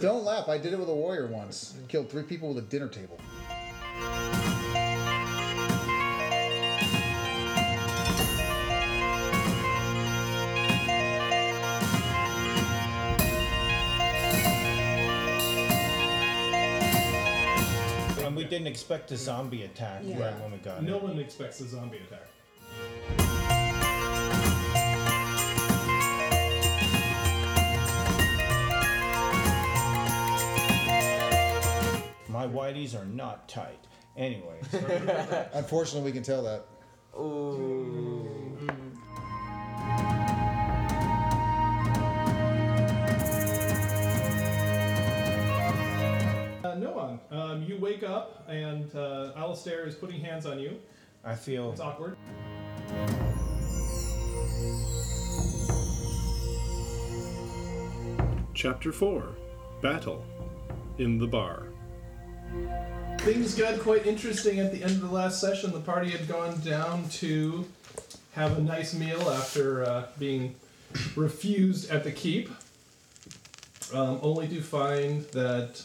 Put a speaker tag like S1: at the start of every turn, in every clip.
S1: Don't laugh. I did it with a warrior once. Killed three people with a dinner table.
S2: And we didn't expect a zombie attack
S3: Yeah.
S2: right when we got
S4: No
S2: it.
S4: one expects a zombie attack.
S2: My whiteys are not tight. Anyway,
S1: Unfortunately, we can tell that.
S4: Uh, Noan, um, you wake up and uh, Alistair is putting hands on you.
S2: I feel
S4: It's awkward.
S5: Chapter 4 Battle in the Bar.
S4: Things got quite interesting at the end of the last session. The party had gone down to have a nice meal after uh, being refused at the keep, um, only to find that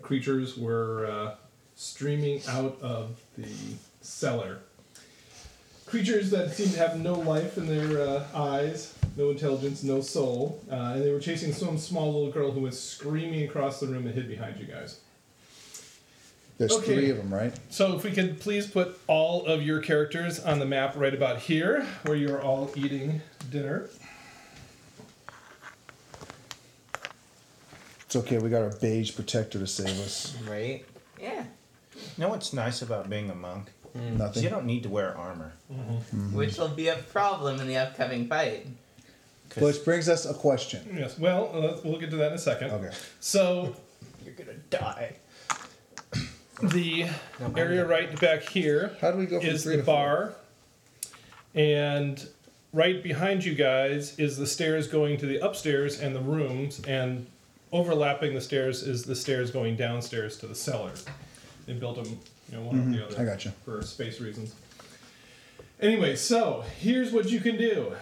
S4: creatures were uh, streaming out of the cellar. Creatures that seemed to have no life in their uh, eyes, no intelligence, no soul, uh, and they were chasing some small little girl who was screaming across the room and hid behind you guys.
S1: There's
S4: Okay.
S1: three of them, right?
S4: So, if we could please put all of your characters on the map right about here, where you're all eating dinner.
S1: It's okay. We got our beige protector to save us.
S3: Right?
S6: Yeah.
S2: you know what's nice about being a monk? Is
S1: Nothing.
S2: you don't need to wear armor.
S6: Which will be a problem in the upcoming fight.
S1: Which brings us a question.
S4: Yes, well, uh, let's- we'll get to that in a second.
S1: Okay.
S4: So,
S2: You're gonna die.
S4: the area right back here
S1: How do we go from
S4: is
S1: three
S4: the
S1: to four?
S4: bar, and right behind you guys is the stairs going to the upstairs and the rooms, and overlapping the stairs is the stairs going downstairs to the cellar. They built them, you know, one after the other.
S1: Mm-hmm. I gotcha.
S4: for space reasons. Anyway, so here's what you can do.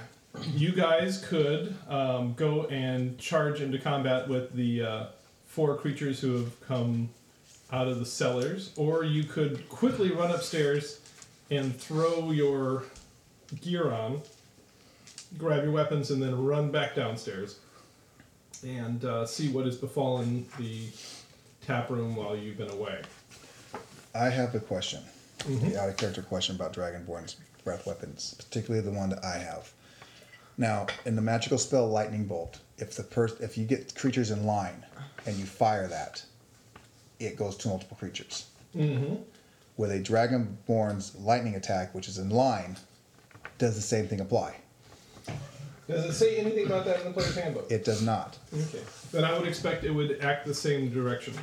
S4: You guys could um, go and charge into combat with the uh, four creatures who have come out of the cellars, or you could quickly run upstairs and throw your gear on, grab your weapons, and then run back downstairs and uh, see what has befallen the tap room while you've been away.
S1: I have a question. The out of character question about Dragonborn's breath weapons, particularly the one that I have. Now, in the magical spell Lightning Bolt, if the per- if you get creatures in line and you fire that, it goes to multiple creatures. Mm-hmm. With a Dragonborn's lightning attack, which is in line, does the same thing apply?
S4: Does it say anything about that in the player's handbook?
S1: It does not.
S4: Okay. Then I would expect it would act the same direction.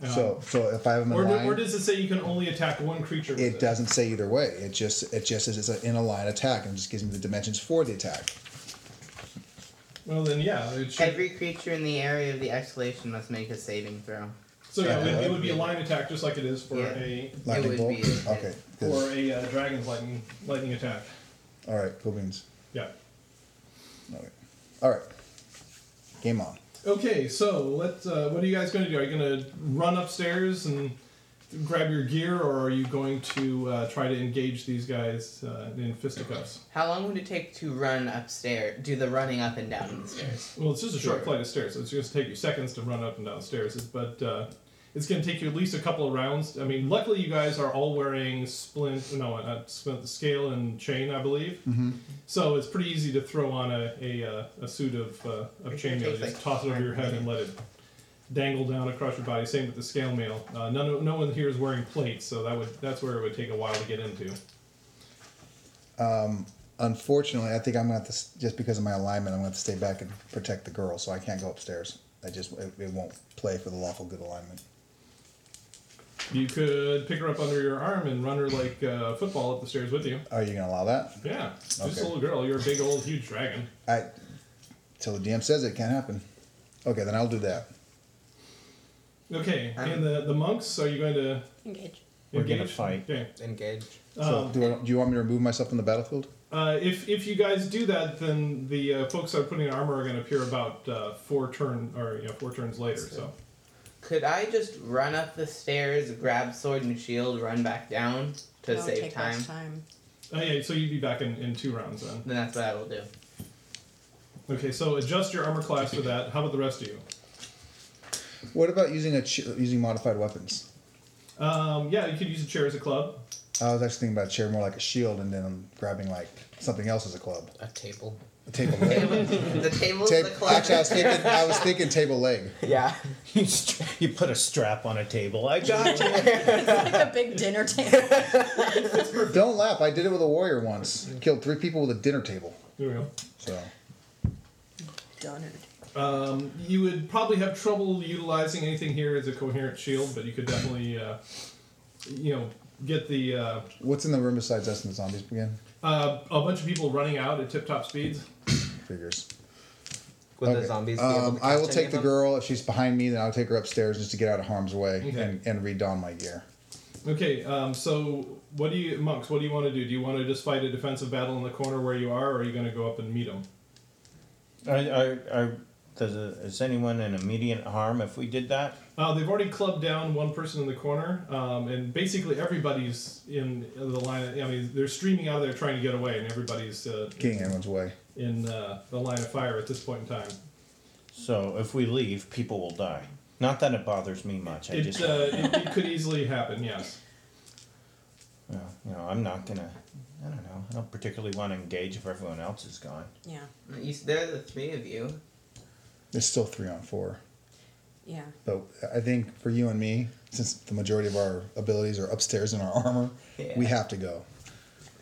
S4: Then. Um,
S1: so, so if I have them in
S4: or, do-
S1: line,
S4: or does it say you can only attack one creature? With it,
S1: it doesn't say either way. It just it just says it's an in a line attack and just gives me the dimensions for the attack.
S4: Well, then yeah, it should.
S6: Every creature in the area of the exhalation must make a saving throw.
S4: so yeah, it, would- it would be a line attack just like it is for
S6: Yeah.
S4: a
S1: Lightning
S6: would
S1: bolt.
S6: be a-
S1: okay. good.
S4: for a uh, dragon's lightning lightning attack.
S1: All right. Cool beans.
S4: Yeah.
S1: All right. All right. Game on.
S4: Okay, so let's. Uh, what are you guys going to do? Are you going to run upstairs and grab your gear, or are you going to uh, try to engage these guys uh, in fisticuffs?
S6: How long would it take to run upstairs? Do the running up and down the stairs?
S4: Well, it's just a short
S6: Sure.
S4: flight of stairs, so it's just take you seconds to run up and down stairs. It's- But uh, it's going to take you at least a couple of rounds. I mean, luckily you guys are all wearing splint, no, uh, not splint, scale and chain, I believe. Mm-hmm. So it's pretty easy to throw on a a, uh, a suit of uh, of
S6: It
S4: chainmail. You
S6: takes,
S4: Just
S6: like,
S4: toss it over your head and let it dangle down across your body. Same with the scale mail. Uh, none, of- no one here is wearing plates, so that would that's where it would take a while to get into.
S1: Unfortunately, I think I'm gonna have to s- just because of my alignment, I'm gonna have to stay back and protect the girl, so I can't go upstairs. I just it, it won't play for the lawful good alignment.
S4: You could pick her up under your arm and run her like uh, football up the stairs with you.
S1: Are you gonna allow that?
S4: Yeah, just
S1: Okay.
S4: a little girl. You're a big old huge dragon.
S1: I. Till the DM says it can't happen. Okay, then I'll do that.
S4: Okay, and the the monks. Are you going to
S3: Engage.
S2: We're gonna
S4: engage?
S2: fight.
S4: Okay.
S3: Engage.
S1: So, do, I, do you want me to remove myself from the battlefield?
S4: Uh, if if you guys do that, then the uh, folks that are putting armor are going to appear about uh, four turn or yeah, four turns later. So
S6: Could I just run up the stairs, grab sword and shield, run back down to
S3: That would
S6: save
S3: take
S6: time?
S3: less time.
S4: uh, yeah, so you'd be back in, in two rounds then.
S6: Then that's what I will do.
S4: Okay, so adjust your armor class for that. How about the rest of you?
S1: What about using a ch- using modified weapons?
S4: Um, yeah, you could use a chair as a club.
S1: I was actually thinking about a chair more like a shield, and then grabbing like something else as a club,
S7: A table.
S1: a table
S6: Table-
S1: leg.
S6: the table's
S1: Ta-
S6: the club.
S1: actually, I was thinking I was thinking table leg.
S6: yeah.
S2: You, stra- you put a strap on a table. I got you.
S3: It's like a big dinner table.
S1: Don't laugh. I did it with a warrior once. Killed three people with a dinner table.
S4: There we go.
S1: So
S3: Dunner.
S4: Um, you would probably have trouble utilizing anything here as a coherent shield, but you could definitely, uh, you know, get the uh,
S1: what's in the room besides us and the zombies again?
S4: uh, a bunch of people running out at tip-top speeds.
S1: Figures.
S7: Would
S1: Okay.
S7: the zombies be able
S1: Um,
S7: to
S1: I will
S7: catch any
S1: take
S7: of
S1: the
S7: them?
S1: girl if she's behind me. Then I'll take her upstairs just to get out of harm's way
S4: Okay.
S1: and, and redon my gear.
S4: Okay, um, so what do you, monks? What do you want to do? Do you want to just fight a defensive battle in the corner where you are, or are you going to go up and meet them?
S2: Are, are, are, does, is anyone in immediate harm if we did that?
S4: Uh, they've already clubbed down one person in the corner, um, and basically everybody's in the line. I mean, they're streaming out of there trying to get away, and everybody's uh,
S1: Getting in everyone's way.
S4: in uh, the line of fire at this point in time.
S2: So if we leave, people will die. Not that it bothers me much. I
S4: It,
S2: just,
S4: uh, it, it could easily happen, yes.
S2: you know, you know, I'm not gonna. I don't know. I don't particularly want to engage if everyone else is gone.
S3: Yeah.
S6: You, there are the three of you.
S1: It's still three on four.
S3: Yeah.
S1: But I think for you and me, since the majority of our abilities are upstairs in our armor,
S6: Yeah.
S1: we have to go.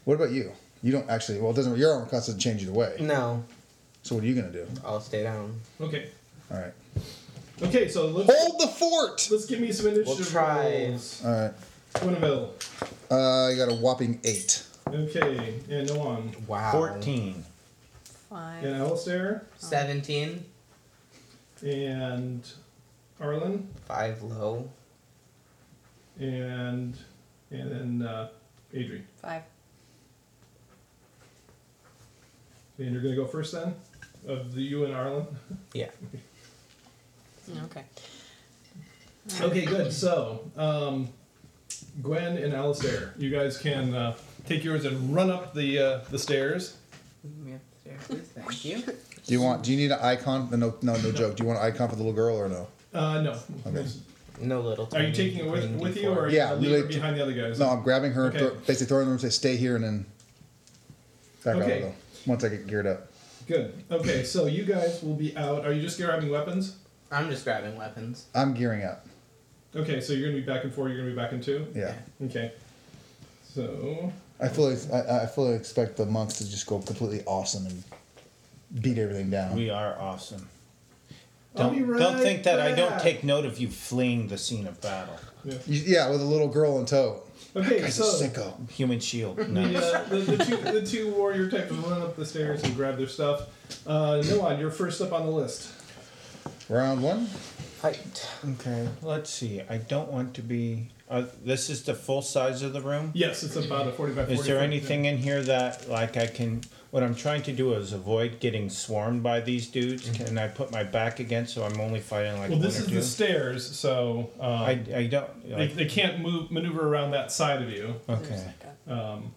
S1: What about you? You don't actually. Well, it doesn't. Your armor class doesn't change either way.
S7: No,
S1: So what are you gonna do?
S7: I'll stay down.
S4: Okay.
S1: All right.
S4: Okay, so let's,
S1: Hold the fort.
S4: let's give me some initiative
S7: try.
S4: rolls.
S1: All right.
S4: Winneville.
S1: Uh, I got a whopping eight.
S4: Okay, and no one.
S7: Wow.
S2: Fourteen.
S3: Five.
S4: And Alistair,
S6: 17,
S4: and Arlen,
S7: Five low.
S4: and and then uh, Adri.
S3: Five.
S4: And you're going to go first then? Of the you and Arlen?
S7: Yeah.
S3: Mm, Okay.
S4: Okay, good. So, um, Gwen and Alistair, you guys can uh, take yours and run up the uh, the stairs.
S6: Move me up the stairs, please. Mm, Thank
S7: Oh,
S6: you.
S1: Do you want? Do you need an icon? No, no, no joke. Do you want an icon for the little girl or no?
S4: Uh, no.
S1: Okay.
S7: No little.
S4: Are you
S7: tiny
S4: taking it with,
S7: green
S4: with you or
S7: D4.
S4: are you
S1: Yeah,
S4: gonna leave it
S1: like-
S4: behind the other guys?
S1: No, I'm grabbing her,
S4: Okay.
S1: thro- basically throwing her and say, "Stay here," and then back
S4: Okay.
S1: out though. Once I get geared up.
S4: Good. Okay, so you guys will be out. Are you just grabbing weapons?
S6: I'm just grabbing weapons.
S1: I'm gearing up.
S4: Okay, so you're going to be back and four, you're going to be back in two?
S1: Yeah.
S4: Okay. So,
S1: I fully, I, I fully expect the monks to just go completely awesome and beat everything down.
S2: We are awesome.
S4: I'll
S2: Don't,
S4: be right
S2: don't think that I don't
S4: back.
S2: take note of you fleeing the scene of battle.
S4: Yeah.
S1: You- yeah, with a little girl in tow.
S4: Okay,
S1: Guy's
S4: so.
S1: a sicko.
S2: Human shield.
S4: The,
S2: No.
S4: uh, the, the, two, the two warrior types run up the stairs and grab their stuff. Uh, Noan, you're first up on the list.
S1: Round one.
S7: Fight.
S2: okay. Let's see. I don't want to be. Uh, this is the full size of the room.
S4: Yes, it's about a 40 by 40.
S2: Is there
S4: foot,
S2: anything
S4: yeah.
S2: in here that like I can? What I'm trying to do is avoid getting swarmed by these dudes. Can I put my back against so I'm only fighting
S4: Mm-hmm.
S2: like
S4: Well,
S2: one
S4: this
S2: or
S4: is
S2: two?
S4: the stairs, so um,
S2: I I don't.
S4: they,
S2: Like,
S4: they can't move maneuver around that side of you.
S2: okay.
S3: a-
S4: Um,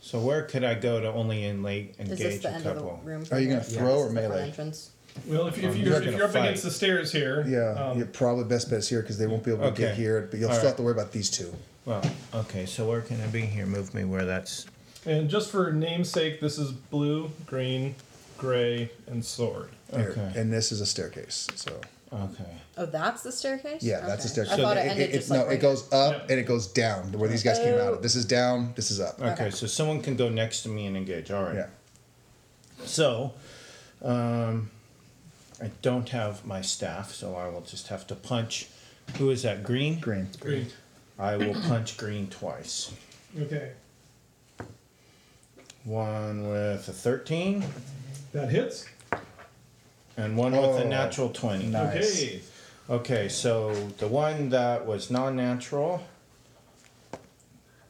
S2: So where could I go to only enla-
S3: Is this
S2: engage
S3: the
S2: a
S3: end
S2: couple?
S3: of the room?
S1: Are you gonna
S3: Yeah,
S1: throw or
S3: this is the front
S1: melee?
S3: Entrance.
S4: well, if, you- if
S2: Um,
S4: you're,
S2: you're
S4: if
S2: gonna
S4: you're up
S2: fight.
S4: against the stairs here,
S1: Yeah,
S4: um,
S1: you're probably best bet is here because they won't be able to get
S2: Okay.
S1: here. But you'll
S2: All
S1: still
S2: right.
S1: have to worry about these two.
S2: Well, okay. So where can I be here? Move me where that's.
S4: and just for namesake, this is blue, green, gray, and sword.
S1: Here.
S2: Okay.
S1: And this is a staircase. So
S2: Okay.
S3: Oh, that's the staircase.
S1: yeah, that's a
S3: Okay.
S1: staircase.
S3: I thought it,
S1: it,
S3: ended
S1: it-
S3: just
S1: no,
S3: like
S1: it goes up
S4: Yeah.
S1: and it goes down to where these guys came out
S3: Oh.
S1: of. This is down. This is up.
S2: okay.
S3: Okay.
S2: So someone can go next to me and engage. All right.
S1: Yeah.
S2: So, um, I don't have my staff, so I will just have to punch. Who is that? Green.
S1: Green.
S4: Green.
S2: I will punch green twice.
S4: Okay,
S2: One with a 13
S4: that hits.
S2: and one with
S1: Oh,
S2: a natural 20.
S1: Nice.
S4: Okay,
S2: Okay, so the one that was non natural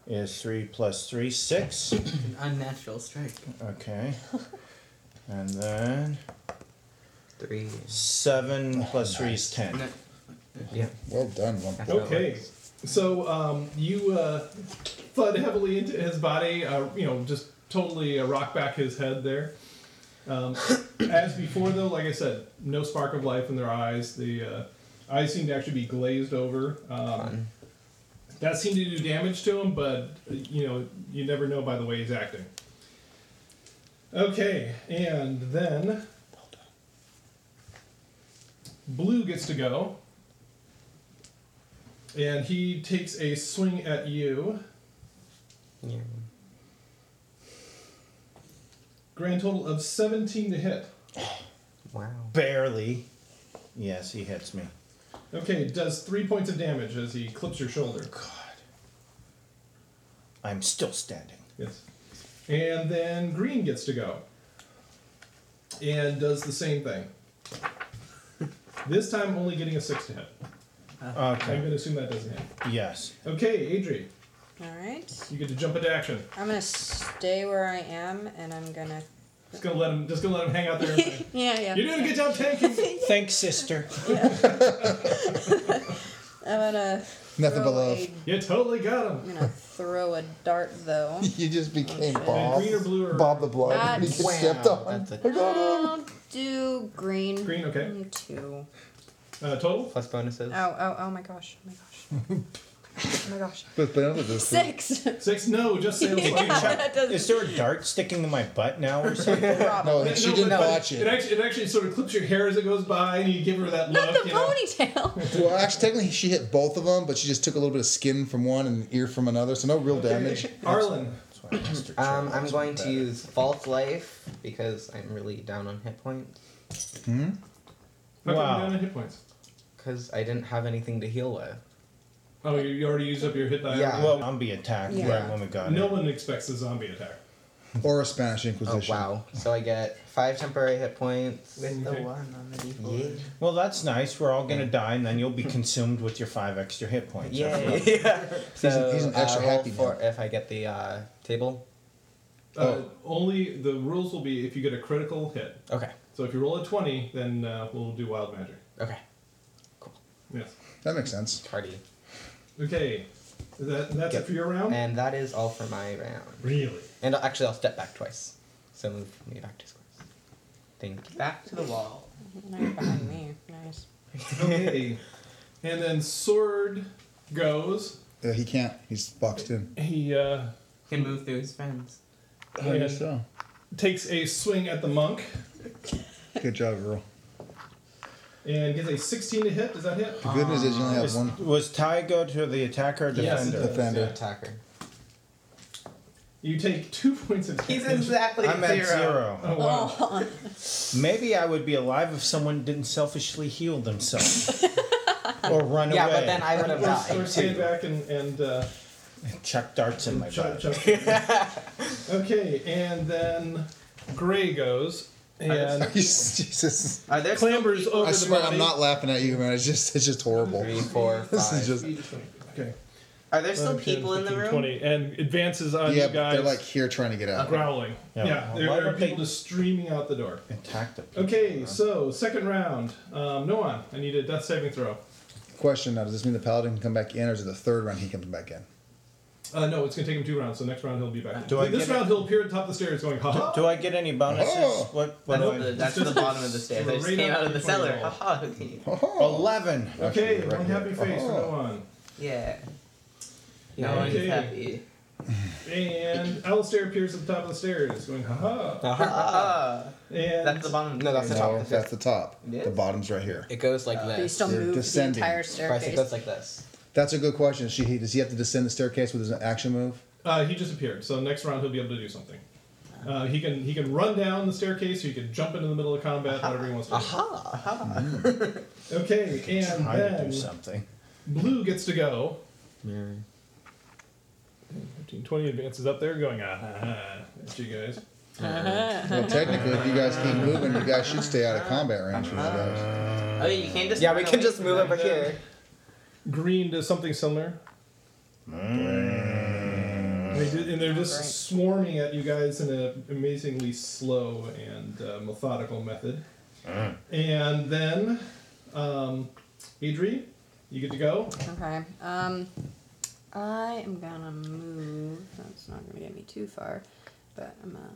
S2: is three plus three, six.
S6: An unnatural strike.
S2: Okay. And then
S7: Three.
S2: seven
S1: Oh,
S2: plus three is ten.
S6: No,
S7: Yeah.
S1: Well done, one.
S7: That's how it
S4: Okay.
S7: works.
S4: So um, you uh, thud heavily into his body, uh, you know, just totally uh, rock back his head there. Um, as before, though, like I said, no spark of life in their eyes. The uh, eyes seem to actually be glazed over. Um, that seemed to do damage to him, but uh, you know, you never know by the way he's acting. Okay, and then blue gets to go. And he takes a swing at you.
S7: Yeah.
S4: Grand total of 17 to hit.
S7: Wow.
S2: Barely. Yes, he hits me.
S4: Okay, does three points of damage as he clips your shoulder.
S2: God. I'm still standing.
S4: Yes. And then green gets to go. And does the same thing. This time only getting a 6 to hit. I'm
S2: Okay.
S4: going to assume that doesn't hit.
S2: Yes.
S4: Okay, Adri,
S3: All right.
S4: you get to jump into action.
S3: I'm gonna stay where I am, and I'm gonna.
S4: Just gonna let him. Just gonna let him hang out there. You're
S3: Yeah, yeah.
S4: doing a good job, tanking.
S2: Thanks, sister.
S3: I'm gonna.
S1: Nothing
S3: throw
S1: but love.
S3: a-
S4: You totally got him.
S3: I'm gonna throw a dart though.
S1: You just became
S3: shit.
S1: Bob.
S4: And green or blue or-
S1: Bob the Blood.
S3: Ah,
S1: you get
S7: wow,
S1: stepped on.
S7: that's a-
S1: I got him.
S3: I'll do green.
S4: Green, okay.
S3: Mm, Two.
S4: Uh, total.
S7: Plus bonuses.
S3: Oh, oh, oh my gosh. Oh my gosh. oh my gosh.
S1: But, but other than this,
S3: Six.
S4: Six. No, just say it was
S3: Yeah,
S4: like-
S3: that doesn't
S2: Is there a dart sticking in my butt now or something?
S1: No,
S3: problem.
S1: and she
S4: No,
S1: didn't
S4: but- but
S1: watch
S4: It
S1: it.
S4: actually, it actually sort of clips your hair as it goes by, and you give her that
S3: Not
S4: look.
S3: the
S4: you know?
S3: ponytail.
S1: Well, actually, technically, she hit both of them, but she just took a little bit of skin from one and ear from another, so no real damage.
S4: Arlen,
S2: That's why I asked her
S7: Um,
S2: to-
S7: I'm going to use false life because I'm really down on hit points.
S4: how come
S2: Wow.
S4: you down on hit points?
S7: Because I didn't have anything to heal with.
S4: Oh, you, you already used up your hit die.
S7: Yeah.
S2: Well, zombie attack
S3: Yeah.
S2: right when we got
S4: No
S2: it.
S4: one expects a zombie attack.
S1: Or a Spanish
S7: Oh
S1: Inquisition.
S7: wow! So I get five temporary hit points.
S4: With the Okay.
S6: one on the
S7: Yeah.
S2: Well, that's nice. We're all gonna die, and then you'll be consumed with your five extra hit points.
S7: Yay! yeah. So
S1: He's an- he's an
S7: uh,
S1: extra
S7: roll
S1: happy
S7: for
S1: man.
S7: if I get the uh, table.
S4: Uh, Only the rules will be if you get a critical hit.
S7: Okay.
S4: So if you roll a twenty, then uh, we'll do wild magic.
S7: Okay.
S4: Yes.
S1: That makes sense.
S7: Party.
S4: Okay. That, that's
S7: Yep.
S4: it for your round.
S7: And that is all for my round.
S4: really.
S7: And I'll- actually, I'll step back twice. So move me back to squares. Thank you.
S6: Back to the wall.
S3: Now you're behind me. Nice.
S4: Okay. and then sword goes.
S1: Uh, he can't. He's boxed in.
S4: He uh,
S6: Can move through his fence.
S4: I guess
S1: so.
S4: takes a swing at the monk
S1: Good job, girl.
S4: and gets a sixteen to hit. Does that hit?
S1: The good news is you
S4: Ah.
S1: only have
S2: Is-
S1: one
S2: was Ty go to the attacker or
S4: Yes, it
S2: defender?
S4: does.
S1: defender.
S7: Attacker.
S4: You take two points of
S6: He's
S4: damage.
S6: exactly
S2: I'm at zero.
S4: Oh wow.
S3: Oh,
S2: Maybe I would be alive if someone didn't selfishly heal themselves or run
S7: Yeah,
S2: away.
S7: but then I would
S6: Oh,
S7: have
S4: Or- or
S7: died
S4: stand
S7: too.
S4: back and, and uh,
S2: chuck darts in my
S4: chug,
S2: butt.
S4: chug. okay, and then Gray goes and
S1: Jesus.
S6: Are there
S4: clambers over
S1: I
S4: the
S1: swear
S4: body.
S1: I'm not laughing at you, man. It's just it's just horrible.
S7: Three, four,
S1: This is
S7: five.
S1: just
S4: Okay.
S6: Are there still
S4: 11, 10,
S6: people in the
S4: 15,
S6: room?
S4: 20, and advances on
S1: yeah,
S4: you
S1: but
S4: guys.
S1: they're like here trying to get out.
S4: growling.
S2: Yeah,
S4: Yeah,
S2: well,
S4: there
S2: why
S4: are
S2: don't they-
S4: people just streaming out the door.
S2: Attack the people.
S4: Okay, so second round. Um, no one. I need a death saving throw.
S1: Question now: Does this mean the paladin can come back in, or is it the third round he comes back in?
S4: Uh, no, it's gonna take him two rounds. So next round he'll be back.
S2: Do I
S4: this
S2: get
S4: round he'll appear at the top of the stairs going, ha ha.
S2: Do I get any bonuses?
S1: Oh.
S2: What? what
S6: That's,
S2: do
S6: the,
S2: I-
S6: that's the bottom of the stairs. I just
S4: Right
S6: came
S4: up
S6: out of the
S4: before the
S6: cellar.
S4: wall.
S6: Haha, who can you?
S2: Eleven.
S4: Okay,
S1: Actually, right
S4: one
S1: here. Oh.
S4: happy face for no one.
S6: Yeah. No one
S4: Okay.
S6: is happy.
S4: And Alistair appears at the top of the stairs going, ha ha.
S6: Ah,
S4: And
S6: that's the bottom.
S7: Uh-huh. No, that's the
S1: No,
S7: top.
S1: that's the top.
S6: It is?
S1: The bottom's right here.
S7: It goes like
S3: but you
S7: this.
S3: still
S1: They're
S3: moved the
S1: descending.
S3: entire
S7: Bryce, it goes
S3: staircase.
S7: like this.
S1: That's a good question. She he, does he have to descend the staircase with his action move?
S4: Uh, he just appeared, so next round he'll be able to do something. Uh, he can he can run down the staircase, or he can jump into the middle of combat, whatever he wants to. do.
S6: Aha, aha.
S4: Okay, and
S2: Try to do
S4: then
S2: something.
S4: blue gets to go.
S7: Yeah.
S4: 15, 20 advances up there, going ah, ah, ah at you guys.
S1: Well, technically, if you guys keep moving, you guys should stay out of combat range with the guys.
S6: Oh, you can just.
S7: Yeah, we
S6: run
S7: can
S6: away
S7: just
S6: from
S7: move
S6: them.
S7: over here.
S4: Green does something similar. And, they did, and they're just swarming at you guys in an amazingly slow and uh, methodical method. And then, um, Adri, you get to go.
S3: Okay. Um, I am gonna move. That's not gonna get me too far, but I'm gonna.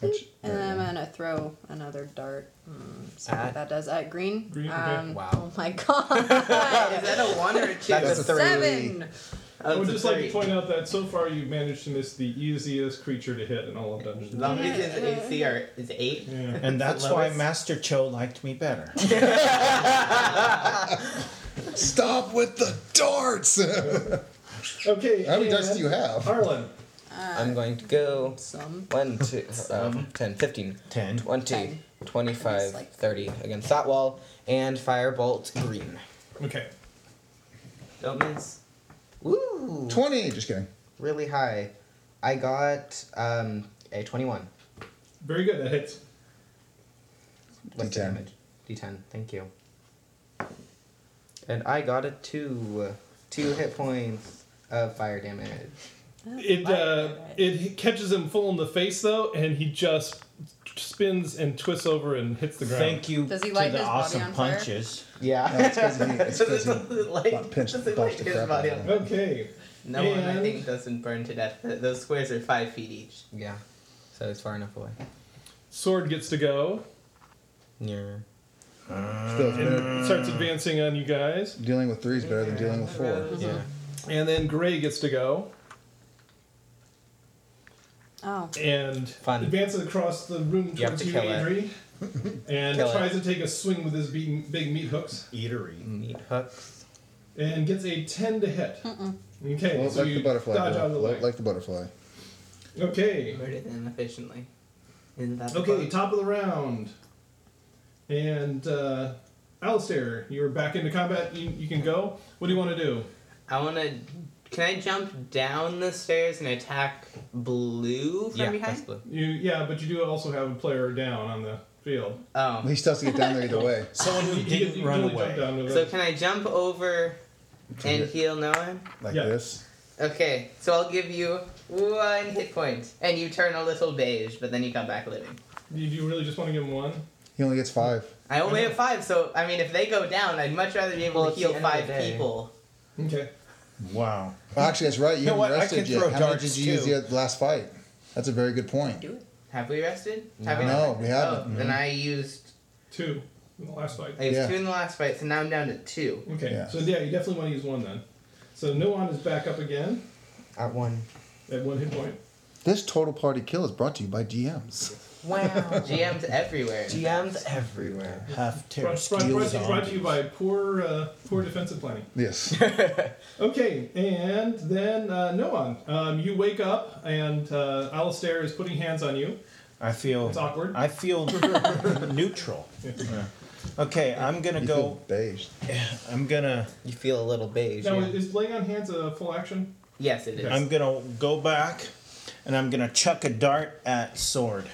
S1: Which,
S3: And then I'm gonna throw another dart. Mm, see what
S7: At-
S3: that does at green.
S4: Green, okay.
S3: Um,
S7: Wow.
S3: Oh my god.
S6: Is that a one or a two?
S7: That's a three.
S3: Seven.
S4: I
S6: Oh,
S4: would
S6: it's a
S4: just like to
S6: three.
S4: point out that so far you've managed to miss the easiest creature to hit in all of Dungeons. and Dragons.
S6: Zombies is AC are, is eight.
S4: Yeah.
S2: And
S6: That's
S2: that's
S6: the
S2: why
S6: lowest.
S2: Master Cho liked me better.
S1: Stop with the darts.
S4: Okay.
S1: How many
S4: and
S1: darts do you have?
S4: Arlen.
S7: I'm going to go
S3: Some.
S7: 1, 2, um, 10, 15,
S2: 10.
S7: 20,
S3: Ten.
S7: 25,
S3: Like-
S7: 30 against that wall, and firebolt green.
S4: Okay.
S6: Don't miss.
S7: Ooh,
S1: Twenty. Just kidding.
S7: really high. I got um, a 21.
S4: Very good. That hits.
S7: What's the
S1: D10.
S7: damage? D10, thank you. And I got a 2. 2 hit points of fire damage.
S4: It uh, it catches him full in the face though, and he just spins and twists over and hits the ground.
S2: Thank you
S3: Does he
S2: to
S3: light
S2: the
S3: his body
S2: awesome
S3: on fire?
S2: punches.
S1: No,
S7: Yeah.
S1: it's because he, it's 'cause he
S6: Like-
S1: bu- pinched, buffed
S6: doesn't
S1: the
S6: like his
S1: crap out
S6: body
S1: of
S6: up.
S1: him.
S4: Okay.
S6: No one, I
S4: And-
S6: think, doesn't burn to death. Th- Those squares are five feet each.
S7: yeah. So it's far enough away.
S4: Sword gets to go.
S7: Yeah.
S1: Still, it's better-
S4: It starts advancing on you guys,
S1: dealing with three is better than dealing with four.
S7: Yeah.
S4: and then Gray gets to go
S3: Oh.
S4: and
S7: Fun.
S4: advances across the room
S7: You have
S4: towards
S7: to
S4: you,
S7: kill it.
S4: Adri, and
S7: Kill it.
S4: tries to take a swing with his be- big meat hooks
S2: Eatery.
S7: Meat hooks.
S4: and gets a ten to hit. Okay,
S1: Well,
S4: so
S1: like
S4: you
S1: the butterfly.
S4: dodge
S1: bro.
S4: out of the
S1: Like-
S4: way.
S1: like the butterfly.
S4: okay.
S6: Burn it inefficiently. Isn't that the
S4: Okay,
S6: quote?
S4: top of the round. And uh, Alistair, you're back into combat. You, you can go. What do you want to do?
S6: I want to. Can I jump down the stairs and attack blue from
S7: yeah, that's
S6: behind?
S7: blue.
S4: You yeah, but you do also have a player down on the field.
S6: Oh.
S1: He still has to get down there either way.
S2: Someone who
S4: You can-
S2: didn't
S4: you can
S2: run
S4: only jump
S2: away.
S4: down to
S6: So
S4: the-
S6: can I jump over and heal no one?
S1: Like
S4: Yeah.
S1: this.
S6: Okay, so I'll give you one hit point, and you turn a little beige, but then you come back living.
S4: you, you really just want to give him one?
S1: He only gets five.
S6: I only have five, so I mean, if they go down, I'd much rather be able to
S7: Well, it's
S6: heal
S7: the end of
S6: five
S7: the day.
S6: people.
S4: Okay.
S2: Wow.
S1: Well, actually, that's right. You,
S2: know
S1: haven't
S2: what? I
S1: rested
S2: can
S1: yet.
S2: throw
S1: How much
S2: darts
S1: did you use
S2: too.
S1: the last fight? That's a very good point.
S6: Have we rested? Have
S1: No,
S6: not?
S1: we haven't. Mm-hmm.
S6: Oh, Then I used
S4: Two in the last fight.
S6: I used
S1: Yeah.
S6: two in the last fight, so now I'm down to two.
S4: Okay.
S1: Yeah.
S4: So yeah, you definitely want to use one then. So Noan is back up again
S7: At one.
S4: at one hit point.
S1: This total party kill is brought to you by DMs.
S7: Wow.
S6: GMs everywhere.
S7: GMs everywhere.
S2: Half terror
S4: Brought, brought,
S2: steel
S4: brought, brought to you
S2: zombies.
S4: by poor uh, poor defensive planning.
S1: Yes.
S4: Okay, and then uh, Noan, um, you wake up and uh, Alistair is putting hands on you.
S2: I feel.
S4: It's awkward.
S2: I feel neutral. Yeah. Okay, I'm gonna
S1: You
S2: go.
S1: feel beige.
S2: I'm gonna.
S7: You feel a little beige.
S4: Now,
S7: yeah.
S4: is laying on hands a full action?
S6: Yes, it is.
S2: I'm gonna go back, and I'm gonna chuck a dart at sword.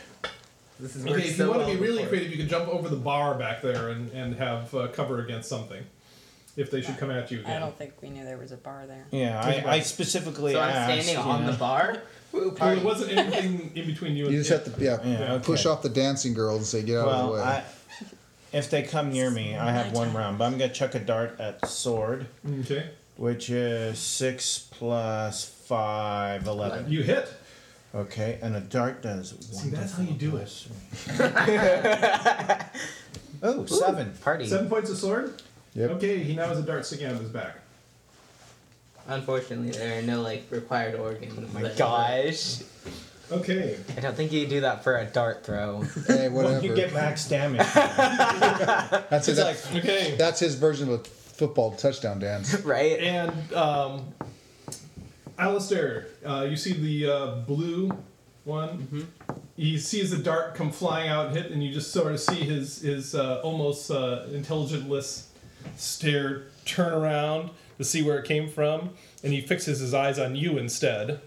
S6: This is
S4: Okay, if you want to be really creative, you can jump over the bar back there and, and have uh, cover against something if they should come at you
S3: I
S4: again.
S3: don't think we knew there was a bar there.
S2: Yeah,
S4: Think
S2: I,
S4: about
S2: I
S4: it.
S2: specifically
S6: So I'm
S2: asked.
S6: standing
S2: you
S6: on
S2: know.
S6: the bar. Woo,
S4: Well,
S6: party.
S4: there wasn't anything in between you and
S1: You just have to yeah,
S2: Yeah, okay.
S1: push off the dancing girls and say, get out of the
S2: Well,
S1: way.
S2: I, if they come near me, I have one round, but I'm gonna chuck a dart at sword,
S4: Okay,
S2: which is six plus five, eleven.
S4: you hit.
S2: Okay, and a dart does.
S4: See, that's how you do it.
S2: Oh, seven.
S7: Party.
S4: Seven points of sword.
S1: Yep.
S4: Okay, he now has a dart sticking out of his back.
S6: Unfortunately, there are no like required organs. Oh
S7: My gosh.
S4: Okay,
S7: I don't think you do that for a dart throw.
S1: Hey,
S2: Well, you
S1: whatever.
S2: get max damage.
S1: that's, his,
S2: It's like
S4: okay,
S1: that's his version of a football touchdown dance.
S7: right?
S4: and um, Alistair, uh, you see the uh, blue one. He sees the dart come flying out and hit, and you just sort of see his his uh, almost uh, intelligentless stare turn around to see where it came from, and he fixes his eyes on you instead.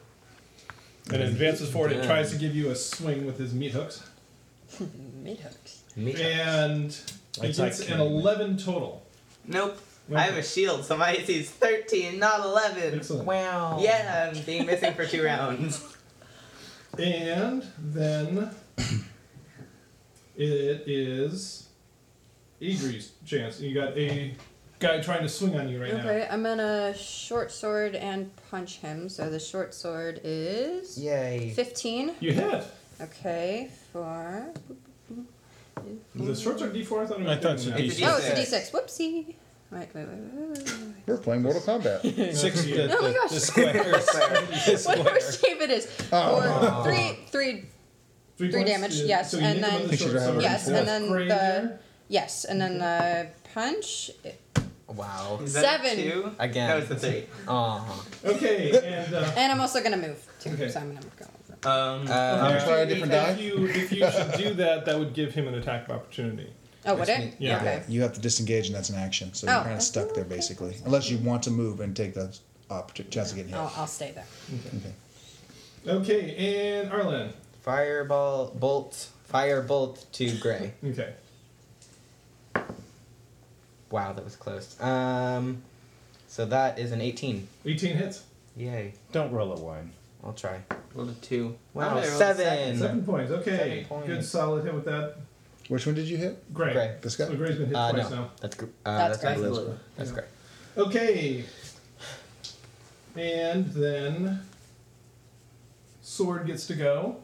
S4: And advances forward and tries to give you a swing with his meat hooks.
S3: Mid hooks.
S7: Me-
S4: And
S2: Like
S4: it gets
S2: that
S4: an 11 total.
S6: Nope. I have a shield, so my AC is 13, not 11.
S4: Excellent.
S7: Wow.
S6: Yeah, I'm being missing for two rounds.
S4: And then it is Idris' chance. You got a guy trying to swing on you right
S3: Okay, I'm gonna short sword and punch him. So the short sword is
S7: Yay.
S3: 15.
S4: now. You hit.
S3: Okay, four.
S4: The short sword D4, I thought it was
S2: I thought so.
S4: bigger than
S6: It's
S2: It's
S6: a
S3: Oh, it's a
S6: D6.
S3: d6. Whoopsie. Wait, wait, wait, wait, wait. wait.
S1: We're playing Mortal Kombat.
S4: that.
S2: Six. The,
S3: Oh my
S2: the-
S3: gosh.
S2: The square. the
S3: Whatever
S2: square.
S3: shape it is.
S1: Oh.
S3: Four, three, three. Three
S4: points?
S3: damage,
S4: Yeah,
S3: yes,
S4: So you hit
S3: and
S4: him
S3: then-
S4: with the
S1: Think she's
S4: short
S1: gonna have a
S4: sword.
S3: Yes,
S1: Four.
S3: and then
S4: Gray
S3: the
S4: there.
S3: yes, and then the punch.
S7: Wow. Uh-huh.
S6: Is that a
S3: Seven.
S6: Two?
S7: Again.
S6: That was the three.
S7: Aw.
S4: Okay, and uh,
S3: And I'm also gonna move too,
S4: Okay.
S3: so I'm gonna go. Over.
S6: Um,
S7: Uh,
S1: gonna try a different
S4: if
S1: die.
S4: You, if you should do that, that would give him an attack of opportunity.
S3: Oh, would it?
S4: Yeah.
S3: Okay.
S1: You have to disengage, and that's an action. So you're
S3: Oh,
S1: kind of
S3: that's
S1: stuck there,
S3: okay.
S1: basically, unless you want to move and take the opportunity chance of getting hit.
S3: I'll, I'll stay there.
S1: Okay.
S4: Okay, and Arlen.
S7: fireball bolt. Fire bolt to gray.
S4: Okay.
S7: Wow, that was close. Um, so that is an 18.
S4: 18 hits.
S7: Yay.
S2: Don't roll a one.
S7: I'll try.
S6: rolled a two.
S7: Wow,
S6: I rolled a
S7: seven.
S4: Seven points. Okay.
S7: Seven points.
S4: Good solid hit with that.
S1: Which one did you hit?
S4: Gray.
S7: Gray.
S1: This
S4: So
S1: guy.
S4: Gray's been hit
S7: Uh,
S4: twice
S7: no.
S4: now.
S7: That's gr- uh,
S3: That's
S7: that's,
S3: gray.
S7: blue.
S6: That's blue.
S7: That's
S4: Yeah.
S7: great.
S4: Okay. And then Sword gets to go.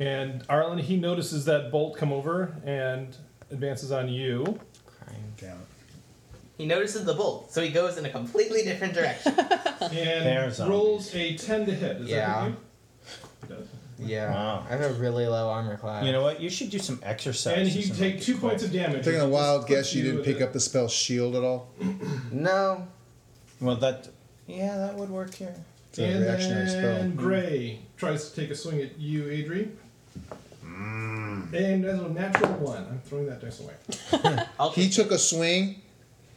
S4: And Arlen, he notices that bolt come over and advances on you.
S7: Crying.
S1: Damn it.
S6: He notices the bolt, so he goes in a completely different direction.
S2: They're
S4: And
S2: zombies.
S4: rolls a 10 to hit. Is
S7: Yeah.
S4: that hit you? It does.
S7: Yeah.
S2: Wow.
S7: I have a really low armor class.
S2: You know what? You should do some exercise.
S4: And
S2: or
S4: he
S2: something
S4: take
S2: like
S4: two
S2: that.
S4: points of damage.
S1: Taking a
S4: which
S1: wild
S4: puts
S1: guess, you didn't
S4: at
S1: pick
S4: a-
S1: up the spell shield at all.
S7: No.
S2: Well, that. Yeah, that would work here.
S1: It's a
S4: And
S1: reactionary
S4: then
S1: spell.
S4: Gray tries to take a swing at you, Adri. And as a natural one, I'm throwing that dice away.
S6: I'll
S1: He took a swing.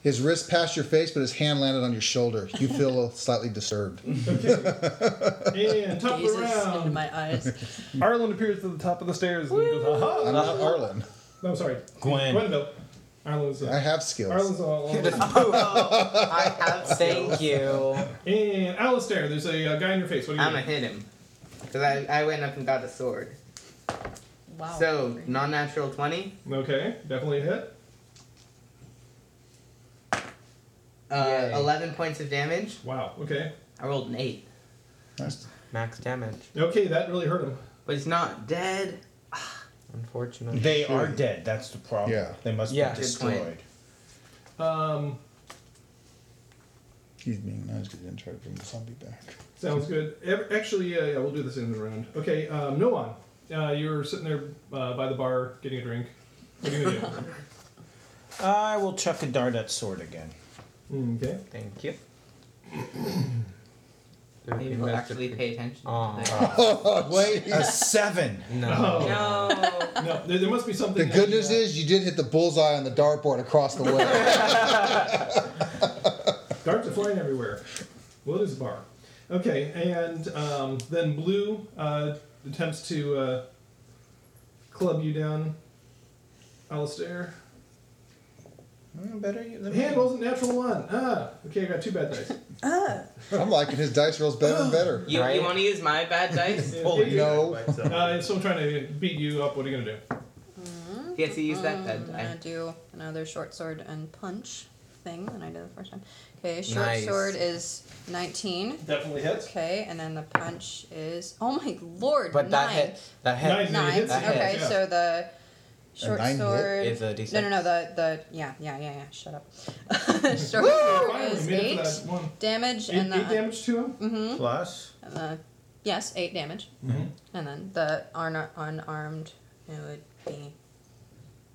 S1: His wrist passed your face, but his hand landed on your shoulder. You feel slightly disturbed.
S4: Okay. and top of the
S3: Jesus into
S4: round,
S3: my eyes.
S4: Arlen appears at the top of the stairs and goes, "Aha!"
S1: I'm not Arlen.
S4: No, sorry,
S2: Gwen.
S4: Gwenville. Arlen's.
S1: I
S4: Uh,
S1: have skills.
S4: Arlen's all. all-
S7: I have. Thank you.
S4: and Alistair, there's a uh, guy in your face. What do you
S6: I'm gonna
S4: doing?
S6: hit him. Because I, I went up and got a sword.
S3: Wow.
S6: So, non natural 20.
S4: Okay, definitely a hit.
S6: Uh,
S7: Yay.
S6: 11 points of damage.
S4: Wow. Okay.
S6: I rolled an 8.
S1: Nice.
S7: Max damage.
S4: Okay, that really hurt him.
S6: But he's not dead.
S7: Unfortunately.
S2: They are dead. That's the problem.
S1: Yeah.
S2: They must
S7: Yeah.
S2: be
S7: Good
S6: point.
S2: destroyed.
S4: Um,
S1: He's being nice because he didn't try to bring the zombie back.
S4: sounds good. Ev- Actually, uh, yeah, we'll do this in the round. Okay, um, Noan, uh, you're sitting there uh, by the bar getting a drink. What are you gonna
S2: I will chuck a dart at sword again.
S4: do? Mm, okay.
S7: Thank you.
S6: Maybe he'll actually pay attention.
S4: Oh.
S7: Aw.
S1: Wait.
S2: A seven.
S7: no.
S6: No.
S4: No, there, there must be something.
S1: The
S4: that
S1: good
S4: he,
S1: news
S4: uh,
S1: is you did hit the bullseye on the dartboard across the way.
S4: Darts are flying everywhere. Well, it is a bar. Okay, and um, then Blue uh, attempts to uh, club you down, Alistair.
S2: Mm, Better you. than
S4: Hand
S2: me.
S4: rolls a natural one. Ah, okay, I got two bad dice.
S1: I'm liking his dice rolls better and better.
S6: You,
S7: Right?
S6: you want to use my bad dice?
S1: No.
S4: Uh, if someone trying to beat you up, what are you gonna do?
S6: Yes, you use that
S3: I'm
S6: bad
S3: gonna
S6: die.
S3: do another short sword and punch thing than I did the first time. Okay, short
S7: Nice.
S3: sword is 19.
S4: Definitely hits.
S3: Okay, and then the punch is oh my lord,
S7: But that
S3: nine.
S7: hit. That hit.
S4: Nine.
S3: Nine.
S4: Hits,
S7: that
S3: okay,
S4: hits, yeah.
S3: so the short
S1: nine hit
S3: sword
S7: is a D6.
S3: No, no, no. The the yeah, yeah, yeah, yeah. Shut up. short sword
S4: Finally,
S3: is
S4: made it
S3: eight
S4: for that one.
S3: damage,
S4: Eight,
S3: and the
S4: eight damage to him.
S2: Plus.
S3: uh, yes, eight damage,
S7: Mm-hmm.
S3: and then the un- unarmed it would be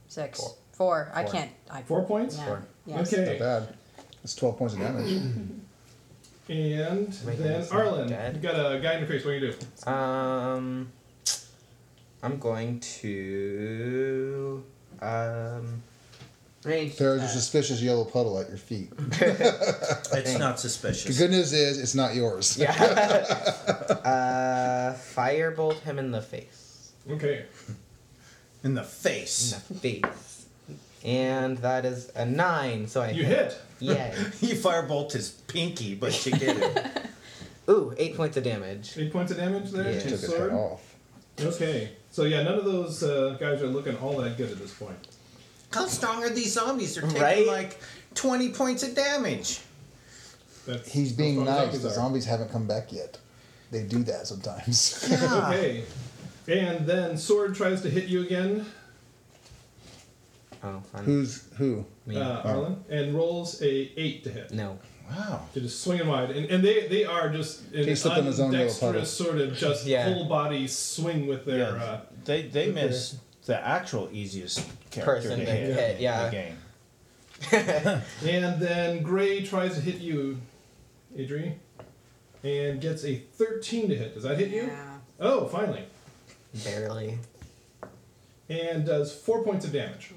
S3: six, four. I
S7: Four.
S3: can't. I
S4: Four points.
S3: Yeah.
S7: Four.
S3: Yes.
S1: Not
S4: Okay,
S1: bad. That's 12 points of damage.
S4: and
S7: Wait,
S4: then
S7: that's not
S4: Arlen,
S7: dead.
S4: you got a guy in your face. What do you do?
S7: Um, I'm going to. Um,
S6: Range.
S1: There's a suspicious yellow puddle at your feet.
S2: It's
S7: Dang.
S2: not
S1: The
S2: suspicious.
S1: good news is it's not yours.
S7: yeah. uh, firebolt him in the face.
S4: Okay.
S2: In the face.
S7: In the face. And that is a nine, so I
S4: You hit.
S7: Yay.
S2: He firebolt his pinky, but you get it.
S7: Ooh, eight points of damage.
S4: Eight points of damage there. to
S7: Yeah.
S1: Took
S4: his
S1: his head
S4: sword.
S1: off.
S4: Okay. So yeah, none of those uh, guys are looking all that good at this point.
S2: How strong are these zombies? They're taking
S7: Right?
S2: like 20 points of damage.
S4: That's
S1: He's being
S4: that's what
S1: nice.
S4: zombies
S1: The
S4: are.
S1: zombies haven't come back yet. They do that sometimes.
S2: Yeah.
S4: Okay. And then sword tries to hit you again,
S7: Oh, fun.
S1: Who's who?
S7: Me.
S4: uh, Arlen, and rolls a eight to hit.
S7: no.
S2: Wow.
S4: They're just swinging wide, and, and they they are just an
S1: He's slipping his own little puddle.
S4: dexterous sort of just
S7: Yeah.
S4: full body swing with their. Uh,
S2: Yeah, they they
S4: with their-
S2: miss the actual easiest character
S7: Person
S2: to
S7: they
S2: hit,
S7: hit,
S2: in
S7: yeah.
S2: the game.
S4: and then Gray tries to hit you, Adri, and gets a thirteen to hit. Does that hit you?
S8: Yeah.
S4: Oh, finally,
S7: Barely.
S4: and does four points of damage.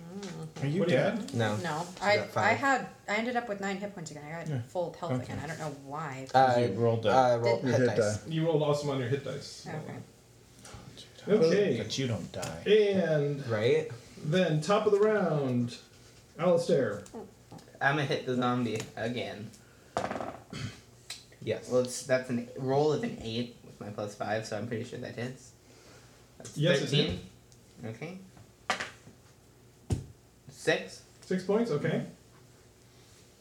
S2: Are you
S4: What do you
S2: dead?
S4: got?
S7: No.
S8: No,
S7: got
S8: I I
S7: five.
S8: had I ended up with nine hit points again. I got full health again. I don't know why.
S7: Uh,
S2: You rolled a-
S7: uh, roll
S8: Did-
S7: hit
S1: Hit
S7: dice.
S1: die.
S4: You rolled awesome on your hit dice.
S8: okay.
S4: Okay.
S2: But you don't die.
S4: And
S7: Right?
S4: then top of the round, Alistair.
S6: I'm gonna hit the zombie again.
S7: Yes.
S6: Well, it's, that's an roll of an eight with my plus five, so I'm pretty sure that hits. That's
S4: Yes, it did.
S6: Okay. Six.
S4: Six points, okay.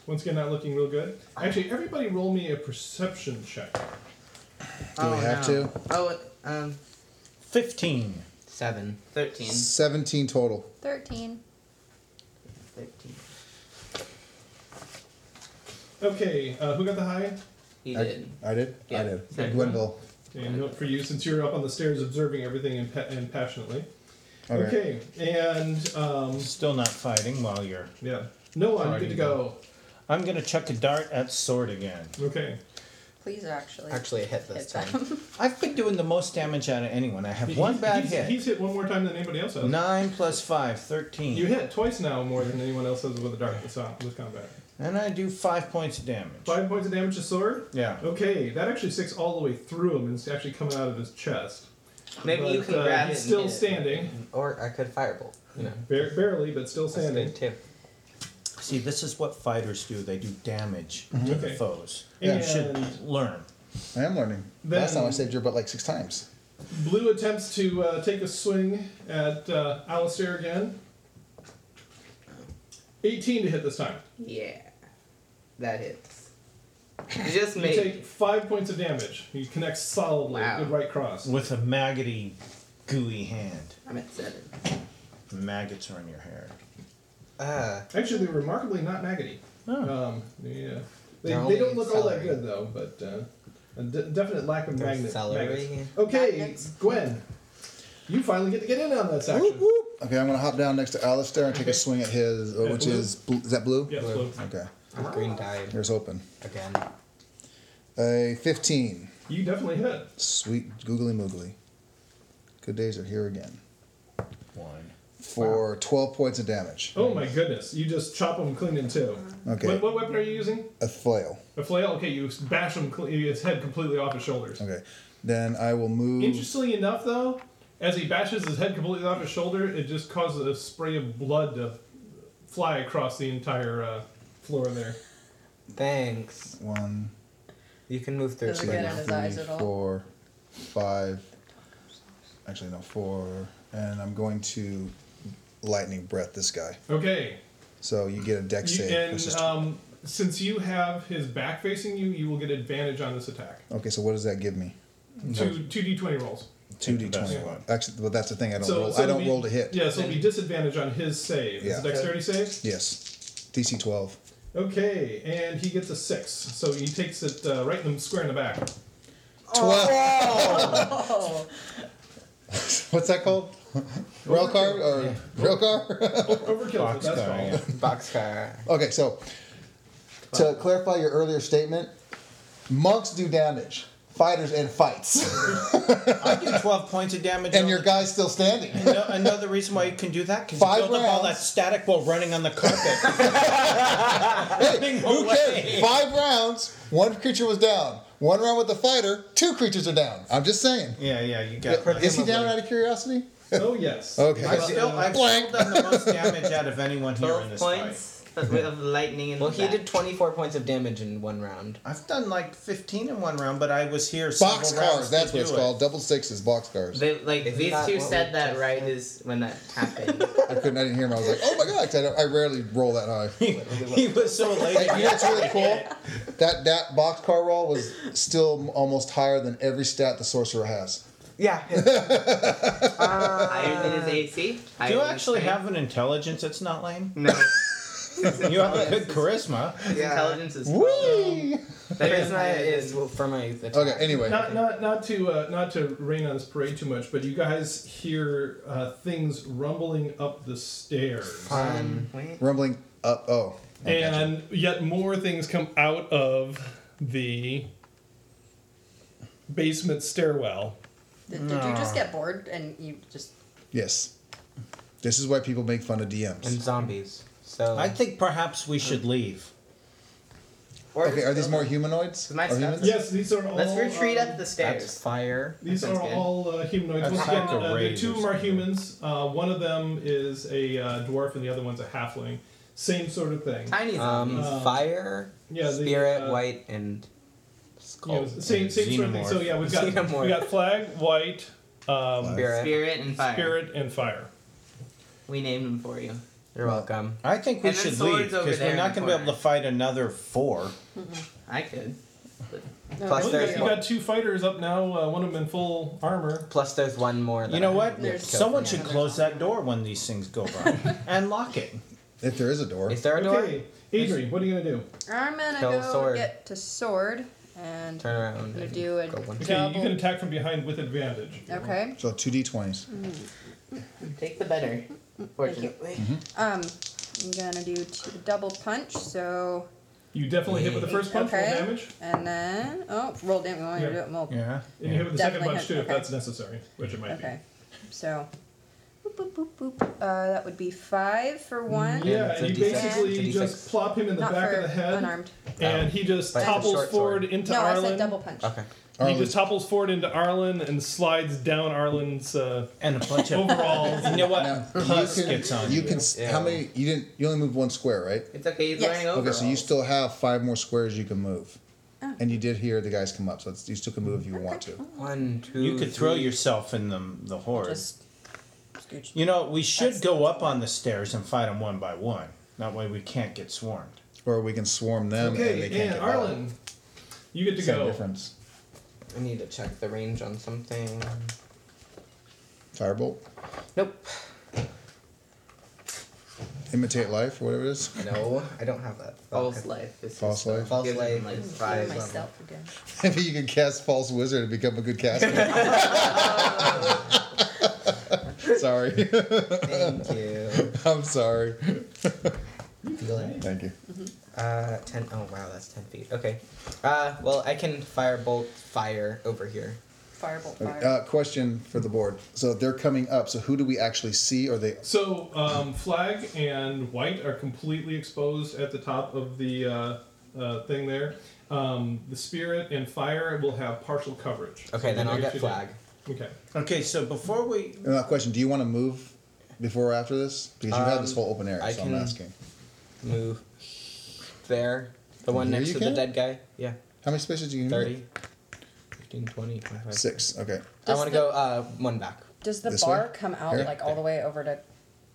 S4: Once again, not looking real good. Actually, everybody roll me a perception check.
S1: Do we have
S6: Oh, no.
S1: to?
S6: Oh, um,
S2: 15.
S7: Seven.
S6: thirteen.
S1: Seventeen total.
S8: Thirteen.
S6: Thirteen.
S4: Okay, uh, who got the high?
S6: He
S1: I-
S6: did.
S1: I did. I
S6: Yeah.
S1: did.
S6: Okay.
S1: Gwendol.
S4: Okay, note for you, since you're up on the stairs observing everything and, pa- and passionately.
S1: Okay.
S4: Okay, and um,
S2: Still not fighting while you're.
S4: yeah, no one, good to go.
S2: I'm going to chuck a dart at sword again.
S4: Okay,
S8: Please actually.
S7: Actually, it hit this
S8: hit
S7: time.
S8: them.
S2: I've been doing the most damage out of anyone. I have
S4: He-
S2: one
S4: he's-
S2: bad
S4: he's,
S2: hit.
S4: He's hit one more time than anybody else has.
S2: 9 plus 5, 13.
S4: You hit twice now more than anyone else has with a dart this, uh, this combat.
S2: And I do 5 points of damage.
S4: Five points of damage to sword.
S2: Yeah.
S4: Okay, that actually sticks all the way through him and it's actually coming out of his chest.
S6: Maybe you
S4: But,
S6: can
S4: uh,
S6: grab it.
S4: he's
S6: and
S4: still
S6: hit it.
S4: standing,
S7: or I could firebolt. You know.
S4: Bar- barely, but still
S7: That's
S4: standing.
S7: good too.
S2: See, this is what fighters do. They do damage to the
S4: Okay.
S2: foes.
S4: Yeah.
S2: You should
S4: And-
S2: learn.
S1: I am learning.
S4: Then-
S1: Last time I saved your butt like six times.
S4: Blue attempts to uh, take a swing at uh, Alistair again. 18 to hit this time.
S6: Yeah. That hits. You just
S4: You
S6: made.
S4: take five points of damage. He connects solidly
S6: Wow.
S4: with right cross.
S2: With a maggoty, gooey hand.
S6: I'm at seven.
S2: Maggots are in your hair.
S7: Uh,
S4: Actually, they're remarkably not maggoty.
S2: Oh.
S4: Um, yeah. They,
S7: They're
S4: they don't
S7: only
S4: look all that
S7: celery.
S4: good, though, but uh, a de- definite lack of
S7: They're
S4: magnet.
S7: celery.
S4: magnets. Okay,
S8: Magnets.
S4: Gwen. You finally get to get in on this action.
S1: Whoop, whoop. Okay, I'm gonna hop down next to Alistair and take a swing at his, uh,
S4: That's
S1: which
S4: blue.
S1: is bl- is that blue?
S4: Yes,
S7: Blue.
S4: Blue.
S1: Okay,
S7: green died
S1: here's open.
S7: again.
S1: A 15.
S4: You definitely hit.
S1: Sweet googly moogly. Good days are here again.
S2: One.
S1: For 12 points of damage.
S4: Oh my goodness! You just chop them clean in two.
S1: Okay.
S4: What, what weapon are you using?
S1: A flail.
S4: A flail. Okay, you bash him clean, his head completely off his shoulders.
S1: Okay. Then I will
S7: Mm.
S1: move.
S4: Interestingly enough, though, as he bashes his head completely off his shoulder, it just causes a spray of blood to fly across the entire uh, floor there.
S7: Thanks.
S1: One,
S7: You can move through
S8: Does it
S7: two
S8: get
S7: now.
S8: out of his
S1: three,
S8: eyes at all?
S1: four, five. Actually, no, four. And I'm going to lightning breath this guy.
S4: Okay.
S1: So you get a deck
S4: You,
S1: save. which
S4: and
S1: is-
S4: um, since you have his back facing you, you will get advantage on this attack.
S1: okay, so what does that give me?
S4: Two two d twenty rolls.
S1: Two d
S2: the best
S1: twenty.
S2: one.
S1: Actually, well, that's the thing. I don't
S4: So,
S1: roll.
S4: so
S1: I don't
S4: it'll be-
S1: roll to hit.
S4: Yeah, so it'll be disadvantage on his save.
S1: Yeah.
S4: It's a dexterity save.
S1: Yes. DC twelve.
S4: Okay, and he gets a six, so he takes it uh, right in the square in the back.
S1: Twelve.
S8: Oh.
S1: What's that called? rail car or rail car?
S4: Overkill, but that's
S2: Boxcar,
S4: fine.
S2: yeah.
S7: Boxcar.
S1: okay, so to clarify your earlier statement, monks do damage, fighters and fights,
S2: I do 12 points of damage.
S1: and
S2: on
S1: your
S2: the-
S1: guy's still standing.
S2: No, another reason why you can do that because you
S1: Five
S2: build up all that
S1: rounds.
S2: static while running on the carpet. Running
S1: Who
S2: away.
S1: cares? Five rounds, one creature was down. One round with the fighter, two creatures are down. I'm just saying.
S2: Yeah, yeah, you got.
S1: Is he down out of curiosity?
S4: Oh yes.
S1: Okay.
S2: I've
S1: Well,
S2: still, I've still done the most damage out of anyone here in
S6: Twelve
S2: this fight.
S6: points but with of lightning in
S7: Well,
S6: the
S7: he
S6: back.
S7: did 24 points of damage in one round.
S2: I've done like 15 in one round, but I was here. several
S1: Box
S2: rounds
S1: cars. That's
S2: to
S1: what it's
S2: do it.
S1: called. Double sixes, box cars.
S6: They, like
S7: Isn't
S6: these
S7: that
S6: two
S7: what we
S6: said that
S7: just
S6: right
S7: said?
S6: is when that happened.
S1: I couldn't. I didn't hear him. I was like, oh my god, 'cause I, don't- I rarely roll that high.
S2: He was so
S1: Hey,
S2: late.
S1: you know what's really cool? That that box car roll was still almost higher than every stat the sorcerer has.
S7: Yeah.
S6: Higher than his AC.
S2: Do you actually have an intelligence that's not lame?
S6: no?
S2: You have a good charisma.
S6: His
S7: Yeah.
S6: intelligence is
S1: Wee!
S6: That is not
S7: is for my attack.
S1: Okay. Anyway,
S4: Not, not, not to uh, not to rain on this parade too much, but you guys hear uh, things rumbling up the stairs,
S7: Um,
S1: rumbling up. Oh. I gotcha.
S4: and yet more things come out of the basement stairwell.
S8: Did, did you just get bored and you just
S1: yes. This is why people make fun of DMs.
S7: And zombies. So
S2: I think perhaps we should leave.
S1: Okay. Are these more humanoids?
S6: Is my
S1: Are
S6: stats-
S1: humans?
S4: Yes, these are all.
S6: Let's retreat
S4: um,
S6: up the
S7: that's
S6: stairs.
S7: fire.
S4: These
S6: That sounds
S4: are
S6: good.
S4: all uh, humanoids.
S2: That's
S4: Once again,
S2: like a
S4: uh, the
S2: raise
S4: two
S2: or
S4: of them are
S2: something.
S4: humans. Uh, one of them is a uh, dwarf, and the other one's a halfling. Same sort of thing.
S6: Tiny
S7: Um,
S6: zombies.
S4: Uh,
S7: fire,
S4: yeah, the,
S7: spirit,
S4: uh,
S7: white, and
S4: You know,
S7: skull.
S4: same same sort of thing. So
S2: Xenomorph.
S4: yeah, we've got
S7: Xenomorph.
S4: we got flag, white, um,
S7: Spirit.
S6: spirit and fire.
S4: spirit, and fire.
S6: We named them for you.
S7: You're welcome.
S2: I think we
S6: And then
S2: should
S6: swords
S2: leave
S6: over
S2: because
S6: there
S2: we're
S6: in
S2: not
S6: the
S2: going to be able
S6: corner.
S2: to fight another four.
S6: I could.
S7: Plus
S4: Well, you
S7: there's
S4: got, you
S7: more.
S4: got two fighters up now. Uh, one of them in full armor.
S7: Plus, there's one more.
S2: You
S7: that
S2: know
S7: I
S2: what?
S7: have to kill
S2: Someone
S7: for
S2: should
S7: now.
S2: close that door when these things go by and lock it.
S1: If there is a door.
S7: Is there a door?
S4: Okay, Adrian, what are you gonna do?
S8: I'm gonna
S7: Kill
S8: go
S7: sword.
S8: get to sword and
S7: Turn around.
S8: I'm gonna
S7: and
S8: do a
S7: go one.
S4: Okay,
S8: double.
S4: you can attack from behind with advantage.
S8: okay.
S1: So two d20s.
S6: Take the better. Fortunately.
S8: Um, I'm gonna do two, double punch. So
S4: You definitely hit with the first punch
S8: Okay.
S4: roll damage,
S8: and then oh, roll damage. We want
S4: Yeah.
S8: to do it multiple.
S2: Yeah.
S4: and you hit with the second
S8: Definitely
S4: punch
S8: hit,
S4: too if
S8: okay.
S4: that's necessary, which it might
S8: Okay, so boop boop boop boop. Uh, that would be five for one.
S4: be. Yeah,
S7: it's a
S4: and you
S7: D6. It's a
S4: basically
S7: D6.
S4: just plop him in the
S8: Not
S4: back
S8: for
S4: of the head,
S8: unarmed.
S4: and he just
S7: But it's a
S4: topples
S7: short sword.
S4: forward into
S8: no,
S4: Arlen.
S8: I said double punch.
S7: Okay.
S4: He
S1: Arlen's-
S4: just topples forward into Arlen and slides down Arlen's uh,
S2: And a bunch of.
S4: overalls.
S2: You know what?
S1: Now,
S2: Plus
S1: you can.
S2: gets on
S1: you
S2: you.
S1: can. s
S7: Yeah.
S1: How many? You didn't. You only moved one square, right?
S6: It's okay. He's
S8: Yes.
S6: wearing
S1: Okay,
S6: over.
S1: so you still have five more squares you can move, and you did hear the guys come up, so it's, you still can move if you want to.
S7: One, two.
S2: You could throw
S7: three.
S2: yourself in the, the horde.
S8: Just scooch.
S2: You know, we should go up on the stairs and fight them one by one. That way we can't get swarmed.
S1: Or we can swarm them, and they
S4: Okay,
S1: can't
S4: and
S1: get by.
S4: Arlen, you get to
S1: Same
S4: go.
S1: difference.
S7: I need to check the range on something.
S1: Firebolt,
S7: Nope.
S1: imitate life, whatever it is.
S7: No, I don't have that.
S6: False life. This is
S1: False life?
S7: False
S6: gives him,
S7: life.
S6: like,
S7: Ooh,
S8: Kill
S6: five.
S8: myself again.
S1: Maybe you can cast false wizard and become a good caster. sorry,
S7: Thank you.
S1: I'm sorry.
S7: Feel it?
S1: Thank you.
S7: Uh, ten. Oh wow, that's ten feet. Okay. Uh, well, I can firebolt fire over here.
S8: Firebolt fire.
S1: Uh, question for the board. So they're coming up. So who do we actually see? Are they?
S4: So, um, flag and white are completely exposed at the top of the uh, uh, thing there. Um, the spirit and fire will have partial coverage.
S7: Okay,
S4: So
S7: then I'll
S4: negative
S7: get
S4: two
S7: flag.
S4: damage. Okay.
S2: Okay, so before we.
S1: Uh, question. Do you want to move before or after this? Because you have this
S7: Um,
S1: whole open area,
S7: I
S1: so
S7: can-
S1: I'm asking.
S7: Move there. The one
S1: Here
S7: next
S1: you
S7: to the
S1: can?
S7: dead guy. Yeah.
S1: How many spaces do you need?
S7: 30, 15, 20, 25.
S1: Six. Okay.
S7: I
S8: Does
S7: want to
S8: the-
S7: go uh, one back.
S8: Does the
S1: This
S8: bar
S1: way?
S8: come out
S1: Here?
S8: like all the way over to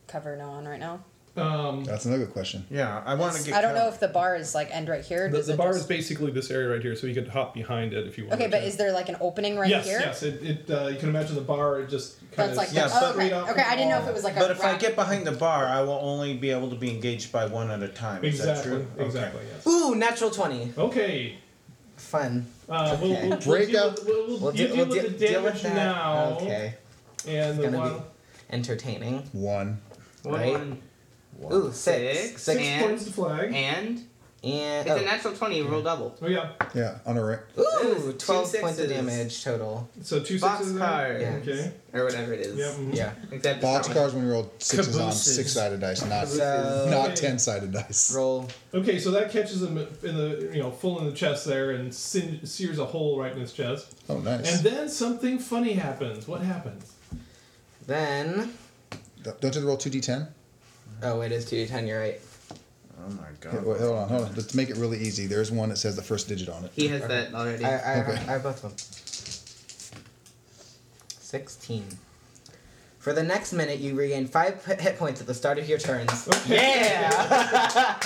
S8: cover no one right now?
S4: Um,
S1: That's another good question.
S2: Yeah, I want to get.
S8: I don't know
S2: covered.
S8: if the bar is like end right here.
S4: the,
S8: Does
S4: the
S8: it
S4: bar
S8: just-
S4: is basically this area right here, so you could hop behind it if you want.
S8: Okay, but is there like an opening right
S4: yes,
S8: here?
S4: yes. It, it uh, you can imagine the bar it just kind
S8: That's
S4: of
S8: like
S2: yes,
S8: the, oh,
S4: straight
S8: okay.
S4: up
S8: Okay, I didn't know if
S4: and
S8: it was like a.
S2: But if I
S8: rack.
S2: get behind the bar, I will only be able to be engaged by one at a time. Is that
S4: exactly
S2: true? Okay.
S4: exactly yes.
S7: Ooh, natural twenty.
S4: Okay.
S7: Fun.
S4: Uh, we'll, we'll, we'll
S1: Break
S4: deal
S1: up-
S4: With, we'll, we'll, you deal
S7: de-
S4: with the damage
S7: that.
S4: now.
S7: Okay.
S4: And the
S7: Gonna be
S4: one,
S7: Entertaining.
S1: One.
S6: One,
S7: Right?
S6: one,
S7: Ooh, six.
S6: Six.
S4: six
S6: and-
S4: points to flag.
S6: and
S7: And
S6: it's a natural twenty. Roll double.
S4: oh yeah.
S1: Yeah, on a ring.
S7: oh,
S6: It
S7: ooh,
S6: was two
S7: twelve points of
S6: sixes.
S7: damage total.
S4: So two
S6: Box
S4: sixes.
S6: card.
S4: there? Okay.
S6: or whatever it is.
S4: Yeah. mhm.
S7: Yeah.
S6: Except it's
S1: Box
S6: not-
S1: cars when you roll sixes on
S2: Cabooses.
S1: six sided dice, not
S7: So
S1: not
S4: Okay.
S1: ten sided dice.
S7: roll.
S4: Mm-hmm. Okay, so that catches him in the you know full in the chest there and sin- sears a hole right in his chest.
S1: Oh, nice.
S4: And then something funny happens. What happens?
S7: Then,
S1: Don't don't you roll two d10?
S7: oh, it is 2d10, you're right.
S2: Oh my
S1: Here, wait, hold on, hold on. Let's make it really easy. There's one that says the first digit on it.
S6: He has that already.
S7: I, I,
S1: Okay.
S7: I have both of them. 16. For the next minute, you regain 5 p- hit points at the start of your turns. yeah!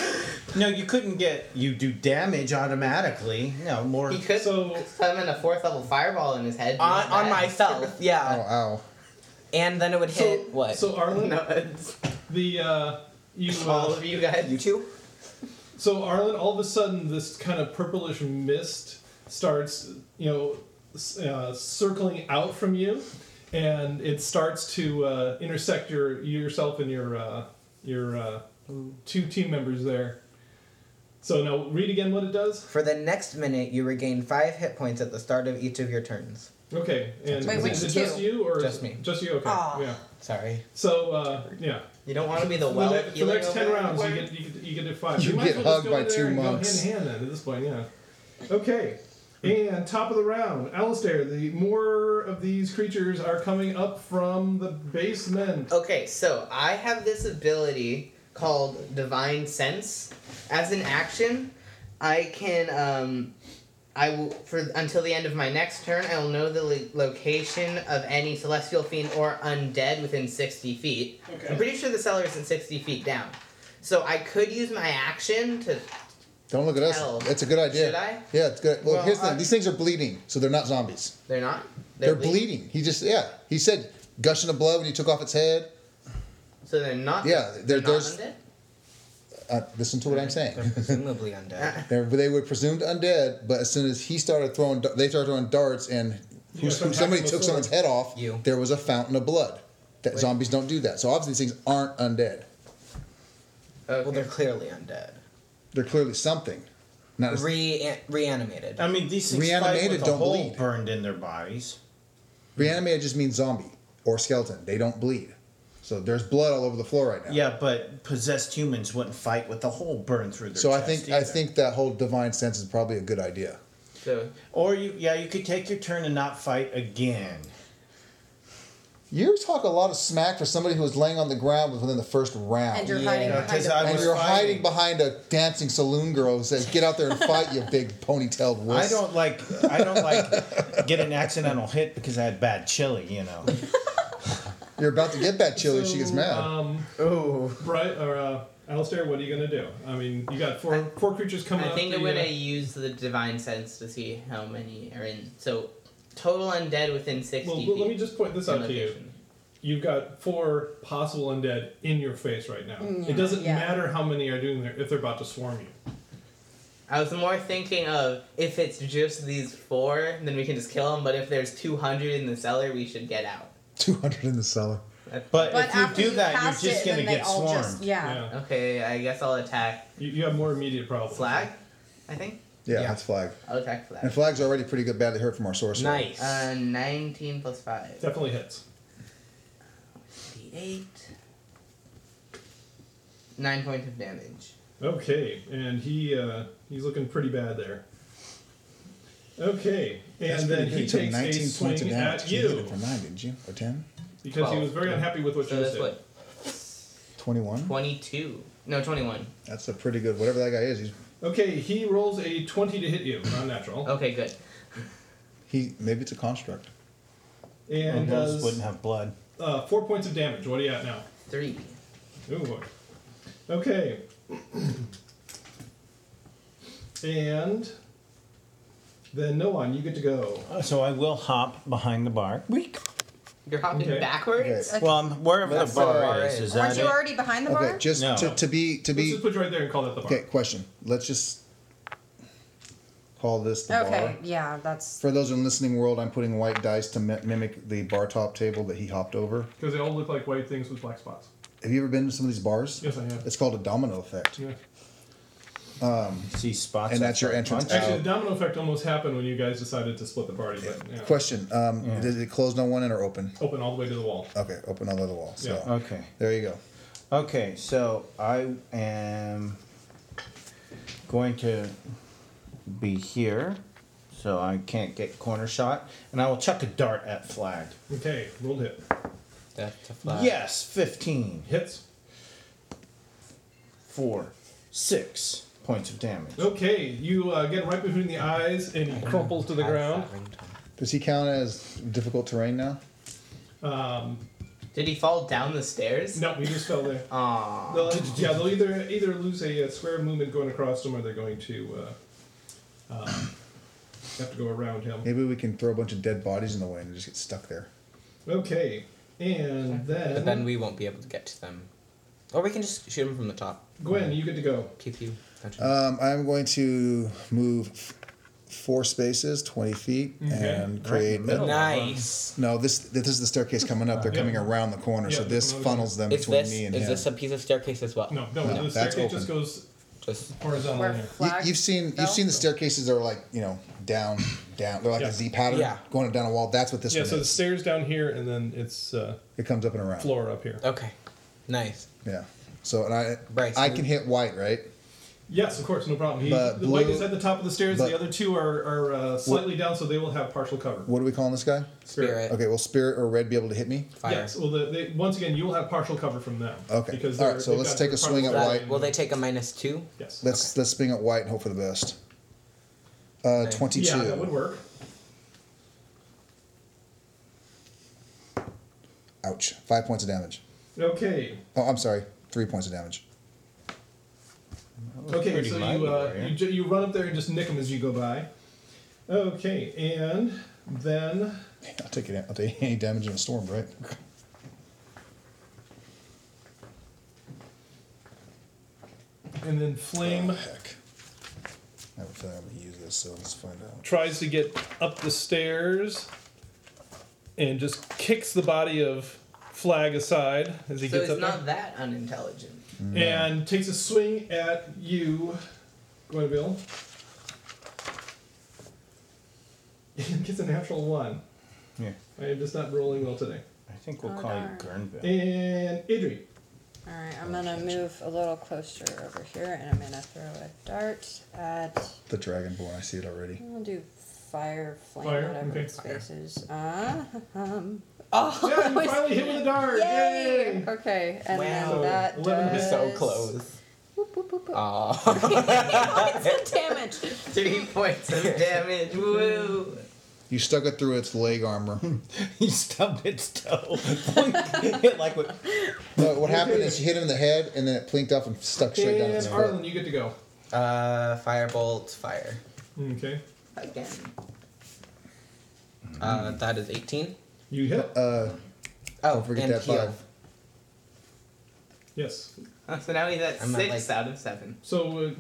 S2: No, you couldn't get. You do damage automatically. No more.
S6: he could
S4: So-
S6: summon a fourth level fireball in his head.
S7: on, on myself,
S1: Oh,
S7: yeah.
S1: ow.
S7: And then it would
S4: So,
S7: hit what?
S4: So Arlen,
S6: No, it's
S4: the uh, you uh,
S6: all of you guys.
S7: you two?
S4: So Arlen, all of a sudden, this kind of purplish mist starts, you know, s- uh, circling out from you, and it starts to uh, intersect your yourself and your uh, your uh, two team members there. So now read again what it does.
S7: For the next minute, you regain 5 hit points at the start of each of your turns.
S4: Okay, and
S1: Wait,
S8: which
S4: is it just
S8: two?
S4: you or is
S7: Just
S4: it-
S7: me.
S4: Just you. Okay.
S8: Aw.
S4: Yeah.
S7: Sorry.
S4: So uh, yeah,
S6: You don't want to be the
S4: for
S6: well
S4: the, ne- for the
S6: healer
S4: next ten
S6: over
S4: rounds, you
S6: there?
S4: get you get you get five.
S1: You
S4: might
S1: get
S4: as well just
S1: hugged
S4: go
S1: by
S4: in there
S1: two
S4: and go
S1: monks.
S4: Hand in hand then at this point, yeah. Okay. And top of the round, Alistair, the more of these creatures are coming up from the basement.
S6: Okay, so I have this ability called Divine Sense. As an action, I can um, I will for until the end of my next turn, I will know the lo- location of any celestial fiend or undead within sixty feet.
S4: Okay.
S6: I'm pretty sure the cellar isn't sixty feet down, so I could use my action to.
S1: Don't look at us.
S6: Hell.
S1: It's a good idea.
S6: Should I?
S1: Yeah, it's good. Well,
S6: Well,
S1: here's the
S6: I-
S1: thing. These things are bleeding, so they're not zombies.
S6: They're not.
S1: They're,
S6: ble-
S1: bleeding. He just, yeah. He said gushing of blood when he took off its head.
S6: So they're not.
S1: Yeah, they're-
S6: they're not
S1: there's-
S6: undead.
S1: Uh, listen to what I'm saying.
S7: They're presumably undead.
S1: They're, they were presumed undead, but as soon as he started throwing, da- they started throwing darts, and who,
S4: Yeah,
S1: who- somebody
S4: with
S1: took
S4: swords.
S1: someone's head off.
S7: You.
S1: There was a fountain of blood. That
S7: Wait.
S1: zombies don't do that. So obviously these things aren't undead.
S7: Well, they're clearly undead.
S1: They're clearly something. Not as-
S7: Re- reanimated.
S2: I mean, these things
S1: Reanimated
S2: fight with a
S1: don't
S2: hole
S1: bleed.
S2: burned in their bodies.
S1: reanimated just means zombie or skeleton. They don't bleed. So there's blood all over the floor right now.
S2: Yeah, but possessed humans wouldn't fight with a hole burned through their.
S1: So I
S2: chest
S1: think I
S2: either.
S1: think that whole divine sense is probably a good idea.
S6: So
S2: Or you, yeah, you could take your turn and not fight again.
S1: You talk a lot of smack for somebody who was laying on the ground within the first round.
S8: And you're
S7: Yeah,
S8: hiding behind
S2: 'cause
S8: a
S2: I
S1: And
S2: was
S1: you're
S2: fighting.
S1: hiding behind a dancing saloon girl who says, "Get out there and fight, you big ponytailed wuss."
S2: I don't like. I don't like get an accidental hit because I had bad chili. You know.
S1: You're about to get that chili. she gets
S4: So,
S1: mad.
S4: Um,
S7: Oh.
S4: Bright or uh, Alistair, what are you gonna do? I mean, you got four four creatures coming
S6: I
S4: up.
S6: think
S4: to
S6: I'm gonna
S4: you.
S6: use the divine sense to see how many are in. So total undead within sixty.
S4: Well,
S6: feet.
S4: let me just point this
S6: in
S4: out to you.
S6: location.
S4: You've got four possible undead in your face right now. it doesn't
S8: Mm, yeah.
S4: matter how many are doing there if they're about to swarm you.
S6: I was more thinking of if it's just these four, then we can just kill them. But if there's two hundred in the cellar, we should get out.
S1: Two hundred in the cellar.
S6: That's-
S2: But,
S8: But
S2: if you
S8: after
S2: do
S8: you
S2: that,
S8: cast
S2: you're just
S8: it, then
S2: gonna
S8: they
S2: get
S8: all
S2: swarmed.
S8: just- yeah.
S6: okay, I guess I'll attack
S4: You, you have more immediate problems.
S6: flag. I think
S1: Yeah,
S7: Yeah.
S1: that's flag.
S6: I'll attack
S1: And
S6: flag.
S1: flag's already pretty good, badly hurt from our sorcerer.
S7: Nice.
S6: Uh, nineteen plus five.
S4: Definitely hits.
S6: Eight. Nine points of damage.
S4: Okay, and he uh, he's looking pretty bad there. Okay, and
S1: That's
S4: then
S1: pretty good.
S4: he
S1: took
S4: takes a swing at
S1: You hit
S4: you
S1: it for nine, didn't you? Or ten?
S4: because he was very unhappy with what
S6: So
S4: you
S6: that's
S4: did.
S6: what
S1: Twenty-one.
S6: twenty-two. No, twenty-one.
S1: That's a pretty good. Whatever that guy is, he's,
S4: Okay, he rolls a twenty to hit you, not natural,
S6: Okay, good.
S1: he maybe it's a construct.
S4: and
S1: Oh,
S2: And those
S4: does
S2: wouldn't have blood.
S4: uh, four points of damage. What are you at now?
S6: Three.
S4: Oh boy. Okay. and then no one, you get to go.
S2: Uh, So I will hop behind the bar. Weak.
S6: You're hopping
S4: Okay.
S6: backwards?
S1: Okay.
S2: Well, I'm, wherever
S7: That's
S2: the bar
S7: alright.
S2: is, is that
S8: Weren't you
S2: it?
S8: already behind the bar?
S1: Okay, just
S2: No.
S1: to, to be to
S4: Let's
S1: be.
S4: just put you right there and call that the bar.
S1: Okay, question. Let's just call this the bar.
S8: okay, yeah, that's.
S1: For those in listening world, I'm putting white dice to mi- mimic the bar top table that he hopped over.
S4: Because they all look like white things with black spots.
S1: Have you ever been to some of these bars?
S4: Yes, I have.
S1: It's called a domino effect.
S4: Yeah.
S2: See spots.
S1: And that's your
S2: outside
S1: entrance
S2: punch.
S1: out.
S4: Actually, the domino effect almost happened when you guys decided to split the party. But yeah.
S1: Question: um, Did it close on one end or open?
S4: Open all the way to the wall.
S1: Okay, open all over the wall. So
S4: Yeah.
S2: Okay.
S1: there you go.
S2: Okay, so I am going to be here, so I can't get corner shot, and I will chuck a dart at flag.
S4: Okay, rolled hit.
S7: Death to fly.
S2: Yes, 15.
S4: Hits.
S2: Four, six points of damage.
S4: Okay, you uh, get right between the eyes and he crumples to the ground.
S1: Does he count as difficult terrain now?
S4: Um,
S6: Did he fall down the stairs?
S4: no, he just fell there.
S6: Aw.
S4: They'll, yeah, they'll either either lose a, uh square movement going across him, or they're going to uh, um, have to go around him.
S1: Maybe we can throw a bunch of dead bodies in the way and just get stuck there.
S4: Okay, and
S7: But then
S4: then
S7: we won't be able to get to them. Or we can just shoot them from the top.
S4: Gwen, you get to go.
S7: Keep you. don't you?
S1: Um, I'm going to move f- four spaces, 20 feet, and create. a-
S7: nice.
S1: no, this this is the staircase coming up. They're
S4: Yeah.
S1: coming around the corner, so
S4: Yeah,
S1: this
S4: they're coming
S1: funnels them
S7: Is
S1: between
S7: this
S1: me
S7: is
S1: and him.
S7: this a piece of staircase as well?
S4: No, no,
S1: No,
S4: the
S1: that's
S4: staircase just
S1: open.
S4: goes
S7: Just
S4: horizontal.
S3: Where
S4: in here.
S1: you,
S3: flag
S1: you've seen
S3: fell?
S1: you've seen the staircases that are like you know down down. They're like
S4: Yeah.
S1: a Z pattern
S7: Yeah.
S1: going down a wall. That's what this
S4: Yeah,
S1: one
S4: so the
S1: is.
S4: stairs down here, and then it's uh,
S1: it comes up and around.
S4: floor up here.
S7: okay. Nice.
S1: Yeah. So and I
S7: Right, so
S1: I
S7: we-
S1: can hit white right.
S4: Yes, of course, no problem. He,
S1: But
S4: the white
S1: blue-
S4: is at the top of the stairs.
S1: but-
S4: the other two are, are uh, slightly down, so they will have partial cover.
S1: What are we calling this guy?
S7: Spirit.
S1: Okay, will spirit or red be able to hit me?
S7: Fire.
S4: Yes. Well, the, they, once again, you'll have partial cover from them.
S1: Okay.
S4: Because
S1: All
S4: they're-
S1: right, so
S4: they've
S1: let's
S4: got
S1: take a
S4: their
S1: swing at
S4: partial
S1: white.
S4: cover.
S7: Will they take a minus two?
S4: Yes.
S1: Let's let's swing at white and hope for the best. Uh,
S7: Okay.
S1: twenty-two.
S4: yeah, that would work.
S1: Ouch. Five points of damage.
S4: Okay.
S1: Oh, I'm sorry. Three points of damage.
S4: Okay.
S2: pretty
S4: So
S2: mighty
S4: you uh,
S2: warrior.
S4: you, ju- you run up there and just nick them as you go by. Okay, and then
S1: I'll take it. I'll take any damage in a storm, right?
S4: and then flame
S1: Oh, Heck. I have a feeling I'm gonna use this, so let's find out.
S4: tries to get up the stairs and just kicks the body of flag aside as he
S6: So
S4: gets
S6: he's
S4: up there
S6: not that unintelligent.
S4: and takes a swing at you, Gwenville. gets a natural one.
S2: Yeah.
S4: I am just not rolling well today.
S2: I think we'll
S3: Oh,
S2: call you
S3: darn.
S2: Gurnville.
S4: And Idri.
S3: Alright, I'm gonna move a little closer over here and I'm gonna throw a dart at.
S1: The dragonborn. I see it already.
S3: I'll do fire, flame,
S4: Fire,
S3: whatever
S4: okay.
S3: its space is. Uh, um, oh,
S4: Yeah,
S3: that
S4: you
S3: was-
S4: finally hit with a dart!
S3: Yay!
S4: Yay!
S3: Okay, and
S7: Wow.
S3: then that
S4: Eleven
S3: does...
S4: hits.
S7: So close.
S3: Boop, boop, boop, boop.
S7: Aw.
S3: It's some damage.
S6: Three points of damage. Woo!
S1: You stuck it through its leg armor.
S2: he stubbed its toe. It like went-
S1: no, what happened is you hit him in the head, and then it plinked off and stuck straight down
S4: And
S1: its throat.
S4: Arlen, you get to go.
S7: uh, firebolt, fire.
S4: Okay.
S6: Again.
S7: Uh, that is 18.
S4: You hit?
S1: Uh,
S7: Oh,
S1: don't forget
S7: and
S1: that
S7: heal.
S1: five.
S4: yes.
S6: Oh, so now he's at
S7: I'm at,
S6: six out of seven.
S4: So uh,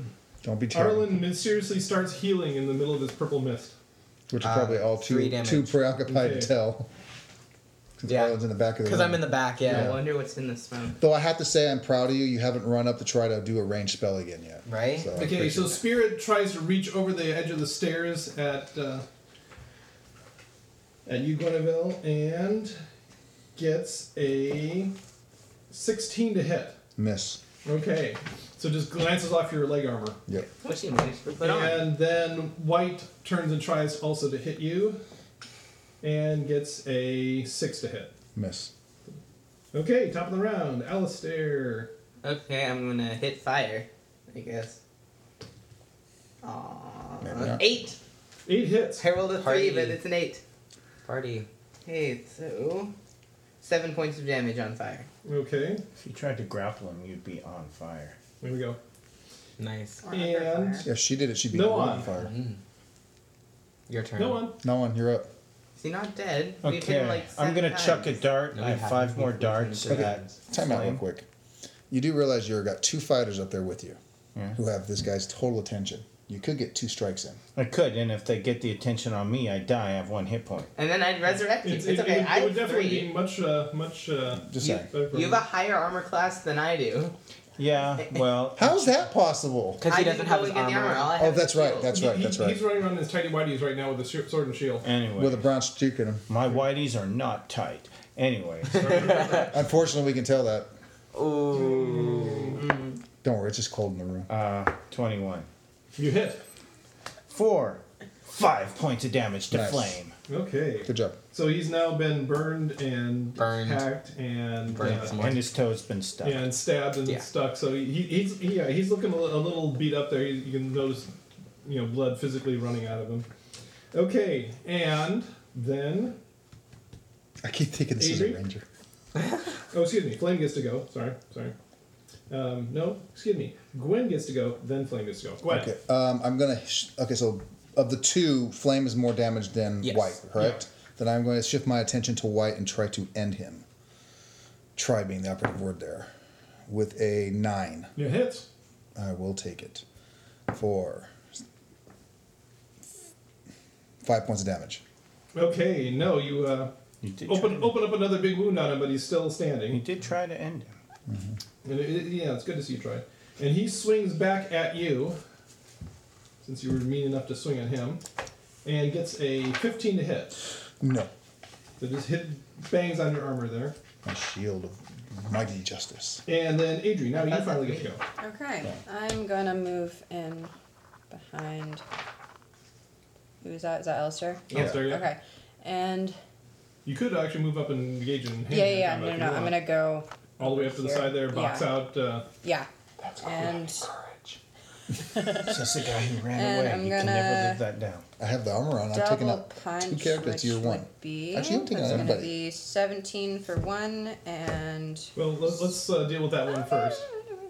S1: Don't be terrible.
S4: Arlen mysteriously starts healing in the middle of this purple mist.
S1: which are
S7: Uh,
S1: probably all
S7: three
S1: too
S7: damage.
S1: too preoccupied
S4: Okay.
S1: to tell. Since
S7: Yeah.
S1: Arlen's in the back of the
S7: Because I'm in the back, yeah.
S6: I wonder what's in the smoke.
S1: Though I have to say, I'm proud of you. You haven't run up to try to do a ranged spell again yet.
S7: Right?
S1: So I
S4: Okay,
S1: appreciate
S4: so
S1: that.
S4: Spirit tries to reach over the edge of the stairs at uh, at you, Guinevere, and gets a 16 to hit.
S1: miss.
S4: Okay, so just glances off your leg armor.
S1: Yep.
S6: What's he managed to put on?
S4: and then White turns and tries also to hit you and gets a 6 to hit.
S1: Miss.
S4: Okay, top of the round, Alistair.
S6: Okay, I'm gonna hit fire, I guess.
S1: Maybe
S6: Aww.
S1: not.
S6: Eight.
S4: Eight hits.
S6: I rolled a
S7: Party.
S6: three, but it's an eight.
S7: Party.
S6: Okay, so seven points of damage on fire.
S4: Okay,
S2: if you tried to grapple him, you'd be on fire.
S4: there we go.
S7: Nice.
S3: Or under
S4: And-
S1: Yeah, if she did it. She'd be
S4: No
S1: on
S4: one.
S1: fire.
S7: Mm-hmm. Your turn.
S4: No one.
S1: No one. You're up.
S6: Is he not dead? We've hit
S2: Okay,
S6: him like
S2: I'm
S6: seven
S2: gonna
S6: times.
S2: chuck a dart. and I have five more darts at
S1: Okay.
S2: that.
S1: Time out real
S2: flame.
S1: quick. You do realize you've got two fighters up there with you,
S2: Yeah.
S1: who have this guy's total attention. You could get two strikes in.
S2: I could, and if they get the attention on me, I die. I have one hit point.
S6: And then I'd resurrect you.
S4: It's,
S6: It's,
S4: it,
S6: okay.
S4: It, it
S6: I
S4: would
S6: have
S4: definitely
S6: three.
S4: be much, uh, much. Uh,
S1: Just
S7: You-
S1: saying.
S4: better for
S6: You have
S4: me.
S6: a higher armor class than I do.
S2: Yeah, well,
S1: How's that possible?
S7: Because
S6: I
S7: he
S6: didn't
S7: doesn't
S6: go
S7: have his
S6: and get
S7: armor.
S6: the armor. All I
S1: Oh,
S6: have
S1: that's
S6: is
S1: right.
S6: shield.
S1: That's right.
S4: He-
S1: That's
S4: he-
S1: right.
S4: He's running around his tighty whities right now with a sh- sword and shield.
S2: anyway.
S1: With a bronze streak in him.
S2: my whiteys are not tight. Anyway,
S1: Unfortunately, we can tell that.
S7: Ooh.
S1: Don't worry. It's just cold in the room.
S2: uh, 21.
S4: You hit.
S2: Four. Five points of damage to
S1: Nice.
S2: flame.
S4: Okay.
S1: Good job.
S4: So he's now been burned and
S7: Burned.
S4: hacked and
S7: Burned
S4: uh,
S7: some more.
S2: And his toe's been stuck.
S4: yeah, and stabbed and
S7: Yeah.
S4: stuck. So he, he- he's he- yeah he's looking a, li- a little beat up there. You, you can notice you know blood physically running out of him. Okay, and then
S1: I keep thinking this is a
S4: Avery?
S1: ranger.
S4: oh excuse me, Flame gets to go. Sorry, sorry. Um, no, excuse me. Gwen gets to go. Then Flame gets to go. Gwen.
S1: Okay, um, I'm gonna. Sh- okay, so of the two, flame is more damaged than
S7: Yes.
S1: white, correct? Then I'm going to shift my attention to white and try to end him. Try being the operative word there. With a nine,
S4: Your hits.
S1: I will take it. For five points of damage.
S4: Okay, no, you uh,
S2: You did
S4: open
S2: try,
S4: open up another big wound on him, but he's still
S2: you
S4: standing.
S2: did try to end him.
S4: And it, it- yeah, it's good to see you try. And he swings back at you, since you were mean enough to swing at him, and gets a 15 to hit.
S1: No,
S4: So just hit bangs on your armor there.
S1: my shield of mighty justice.
S4: And then Adri, now you finally get to go. Oh,
S3: Okay, I'm gonna move in behind. Who is that? Is that Alistair?
S1: Yeah.
S4: Alistair, yeah?
S3: Okay, and
S4: You could actually move up and engage in hand
S3: yeah, yeah, yeah,
S4: combat
S3: no, no,
S4: if
S3: no.
S4: you
S3: I'm
S4: want.
S3: gonna go.
S4: all the way up to the
S3: here.
S4: side there, box
S3: Yeah.
S4: out. Uh,
S3: Yeah,
S1: That's
S3: and
S2: It's just the guy who ran
S3: And
S2: away.
S3: I'm
S2: you can never
S3: gonna-
S2: live that down.
S1: I have the armor on. I'm taking
S3: double
S1: up
S3: punch,
S1: two characters
S3: which
S1: to your one.
S3: would be
S1: Actually, I'm taking
S3: that's
S1: out
S3: gonna
S1: everybody.
S3: be 17 for one and.
S4: well, let's, let's uh, deal with that one first.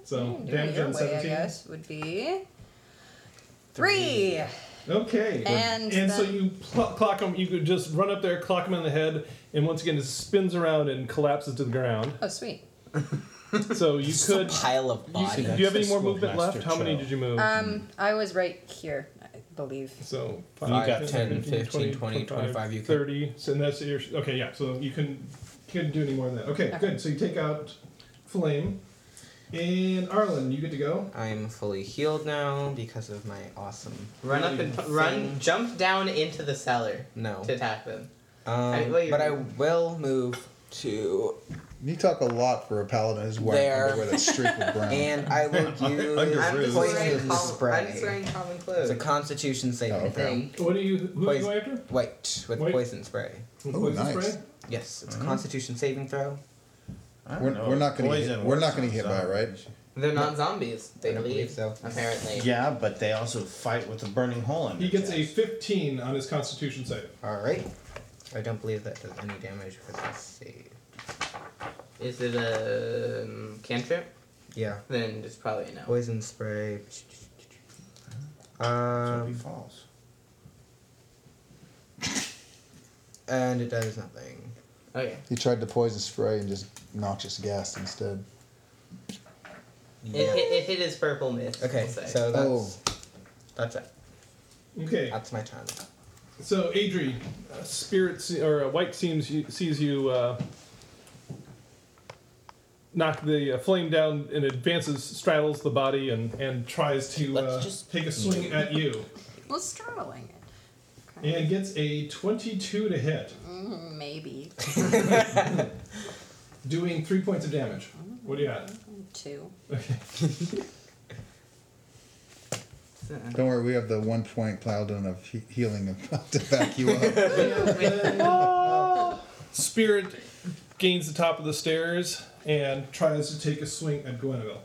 S4: So,
S3: Ah, Do it
S4: damage
S3: your
S4: on
S3: way, I
S4: 17.
S3: guess would be three.
S4: Okay.
S3: And
S4: so
S3: then-
S4: you pl- clock him. You could just run up there, clock him in the head, and once again, it spins around and collapses to the ground.
S3: Oh, sweet.
S4: So you
S7: Just
S4: could.
S7: a pile of
S4: You,
S7: bodies.
S4: do you have any
S2: That's
S4: more
S2: the
S4: movement left?
S2: Swordmaster
S4: How many
S2: Cho.
S4: did you move?
S1: Hmm.
S3: Um, I was right here, I believe.
S4: so
S2: got
S7: 10, 15, 25, you can-
S4: 30. So that's your, okay, yeah. So you can couldn't do any more than that. Okay,
S3: Okay.
S4: good. So you take out Flame. And Arlen, you get to go.
S7: I'm fully healed now because of my awesome.
S6: Run up and pu- run,
S7: Thing.
S6: jump down into the cellar
S7: No.
S6: to attack them.
S7: Um,
S6: wait.
S7: but I will move to.
S1: You talk a lot for a paladin who's wearing
S7: There.
S1: underwear that's streaked with brown.
S7: And I will
S5: Under-
S7: use.
S6: I'm just, wearing
S5: Rude.
S7: Poison
S6: com- I'm just
S7: spray.
S6: wearing common
S7: It's
S6: clothes.
S7: a constitution saving
S1: Oh, okay.
S7: thing.
S4: What are you, who are you
S7: Poison.
S4: going after?
S7: White with
S4: Wait.
S7: poison spray.
S4: With
S1: Ooh,
S4: poison
S1: nice.
S4: spray?
S7: Yes, it's a constitution saving throw.
S2: I don't
S1: We're-
S2: know
S1: we're
S2: if
S1: not gonna get-
S2: poison
S1: we're
S2: works
S1: not gonna
S2: on
S1: get by,
S2: zombies.
S1: right?
S6: They're not zombies. They
S7: I don't
S6: believe
S7: believe so.
S6: Apparently.
S2: Yeah, but they also fight with a burning hole in
S4: He
S2: their
S4: gets a
S2: chest.
S4: 15 on his constitution save.
S7: All right. I don't believe that does any damage for this save.
S6: Is it a um, cantrip?
S7: Yeah,
S6: Then it's probably a no.
S7: poison spray.
S2: So he
S4: uh,
S7: Um,
S2: falls.
S7: and it does nothing.
S6: Okay.
S1: He tried to poison spray and just noxious gas instead.
S6: It, hit, it hit his purple myth.
S7: Okay,
S6: we'll say.
S7: so that's
S1: Oh,
S7: that's it.
S4: Okay.
S7: That's my turn.
S4: So, Adri, uh, spirit se- or uh, white seems you, sees you uh, knock the uh, flame down and advances, straddles the body, and, and tries to uh,
S6: Let's just-
S4: take a swing at you,
S3: Well, straddling it. Okay.
S4: and gets a twenty-two to hit,
S3: Mm, maybe
S4: doing three points of damage. What do you got?
S3: two.
S1: don't worry, we have the one point paladin of he- healing to back you up.
S4: Spirit gains the top of the stairs and tries to take a swing at Gwenville.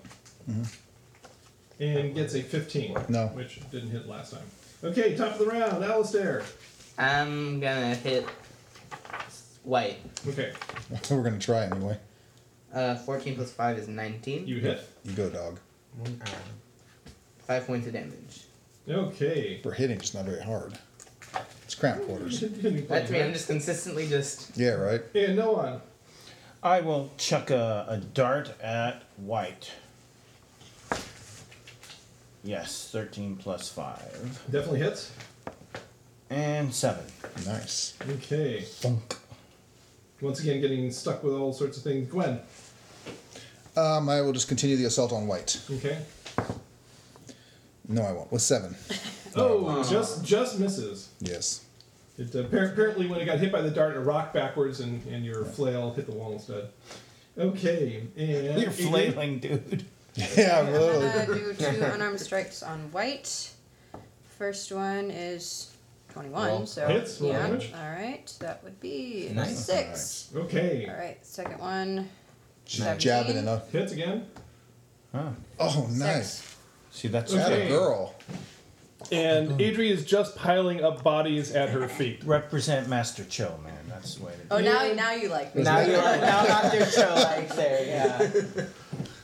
S4: And gets a 15.
S1: No.
S4: Which didn't hit last time. Okay, top of the round, Alistair.
S6: I'm gonna hit white.
S4: Okay,
S1: We're gonna try anyway.
S6: Uh, 14 plus 5 is 19.
S4: you hit.
S1: You go, dog.
S7: One hour.
S6: 5 points of damage.
S4: Okay.
S1: We're hitting, just not very hard. It's cramp quarters.
S6: That's me. I'm just consistently just.
S1: Yeah, right.
S4: And no one.
S2: I will chuck a, a dart at white. Yes, 13 plus 5.
S4: Definitely hits.
S2: And 7.
S1: Nice.
S4: Okay.
S1: Bonk.
S4: Once again, getting stuck with all sorts of things. Gwen.
S1: Um, I will just continue the assault on white.
S4: Okay.
S1: No, I won't. With seven.
S4: Oh, just just misses.
S1: Yes.
S4: It uh, appar- apparently, when it got hit by the dart, it rocked backwards, and, and your flail hit the wall instead. Okay, and
S2: You're flailing, dude.
S1: Yeah, really.
S3: I'm gonna do two unarmed strikes on white. First one is 21,
S7: Roll.
S3: so.
S4: Hits, roll
S3: yeah.
S4: damage.
S3: Alright, that would be a
S7: Nice.
S3: six.
S4: Okay.
S3: Alright, second one.
S1: She's
S3: Nice.
S1: jabbing it up.
S4: Hits again.
S2: Huh.
S1: Oh, nice.
S3: Six.
S2: See, that's
S1: That
S4: Okay.
S1: a girl.
S4: And Adri is just piling up bodies at her feet.
S2: represent Master Cho, man. That's the way to do
S3: Oh,
S2: it.
S3: now, now you like me.
S7: Now you're like, now Dr. Cho likes her, yeah.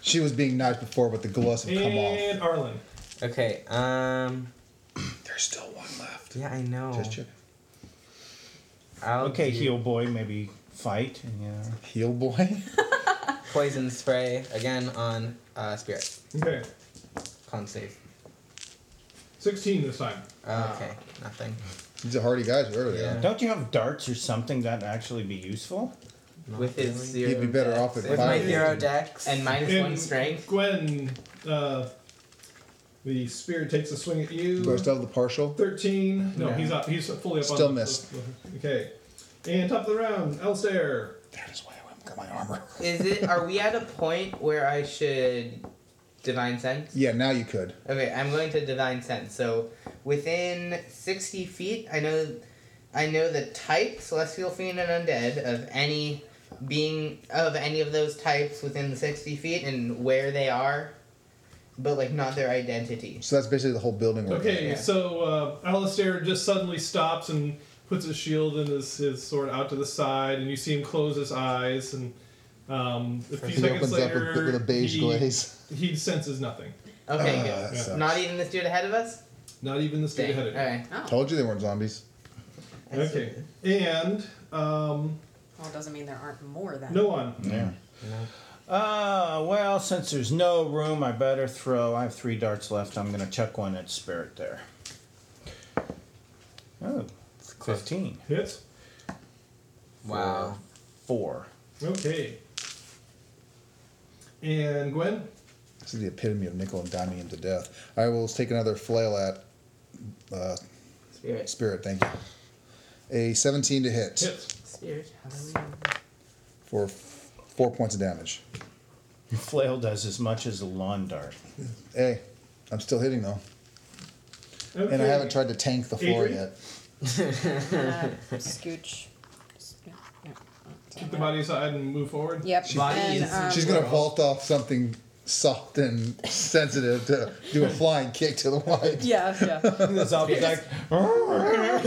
S1: She was being nice before, but the gloves have come off.
S4: And Arlen.
S7: Okay, um,
S1: There's still one left.
S7: yeah, I know.
S1: Just check.
S7: I'll
S2: Okay,
S7: do
S2: heel boy, maybe fight. And, yeah.
S1: Heel boy.
S7: Poison spray again on uh, Spirit.
S4: Okay.
S7: Con save.
S4: 16 this time.
S7: Okay, nothing.
S1: He's a hardy guy. Whoever they are.
S7: Yeah.
S2: Don't you have darts or something that'd actually be useful?
S7: With his zero.
S1: He'd be better
S6: dex
S1: off at
S7: With my
S1: five.
S7: zero dex.
S6: And minus
S4: And
S6: one strength.
S4: Gwen, uh, the spirit takes a swing at you.
S1: Do I still have the partial?
S4: Thirteen. No,
S7: No.
S4: he's up. He's fully up on.
S1: Still
S4: the-
S1: missed.
S4: Okay. And top of the round, Alistair.
S1: That is why I got my armor.
S6: Is it? Are we at a point where I should divine sense?
S1: Yeah, now you could.
S6: Okay, I'm going to divine sense. So within sixty feet, I know, I know the type celestial fiend and undead of any being of any of those types within the sixty feet and where they are, but like not their identity.
S1: So that's basically the whole building. we're
S4: Okay,
S1: in.
S4: so uh, Alistair just suddenly stops and puts his shield and his, his sword out to the side, and you see him close his eyes. And um, a few
S1: He
S4: seconds
S1: opens up with,
S4: later,
S1: with a beige
S4: he,
S1: glaze.
S4: he senses nothing.
S6: Okay,
S1: Ah,
S6: good.
S1: that sucks.
S6: Not even this dude ahead of us.
S4: Not even the state
S6: Dang.
S4: ahead of
S6: All
S4: him.
S6: right.
S3: Oh,
S1: Told you they weren't zombies.
S4: Okay, and um,
S3: well, it doesn't mean there aren't more then.
S4: no one.
S2: Yeah. Uh, well, since there's no room, I better throw. I have three darts left. I'm going to chuck one at Spirit there. Oh, 15.
S4: Hits.
S7: wow.
S2: Four.
S4: Okay. And Gwen.
S1: This is the epitome of nickel and diming him to death. I will take another flail at uh,
S6: Spirit.
S1: Spirit. Thank you. A 17 to hit
S4: Hits.
S6: Spirit. Hallelujah.
S1: for f- four points of damage.
S2: Flail does as much as a lawn dart.
S1: Hey, I'm still hitting though,
S4: Okay.
S1: and I haven't tried to tank the floor
S4: Adrian?
S1: yet.
S3: Uh, scooch. Yeah, yeah,
S4: Keep the body aside and move forward.
S3: Yep.
S6: Body
S3: and,
S6: is-
S3: um,
S1: She's gonna vault off something soft and sensitive to do a flying kick to the white.
S3: Yeah, yeah.
S2: The zombie's like, "Arr."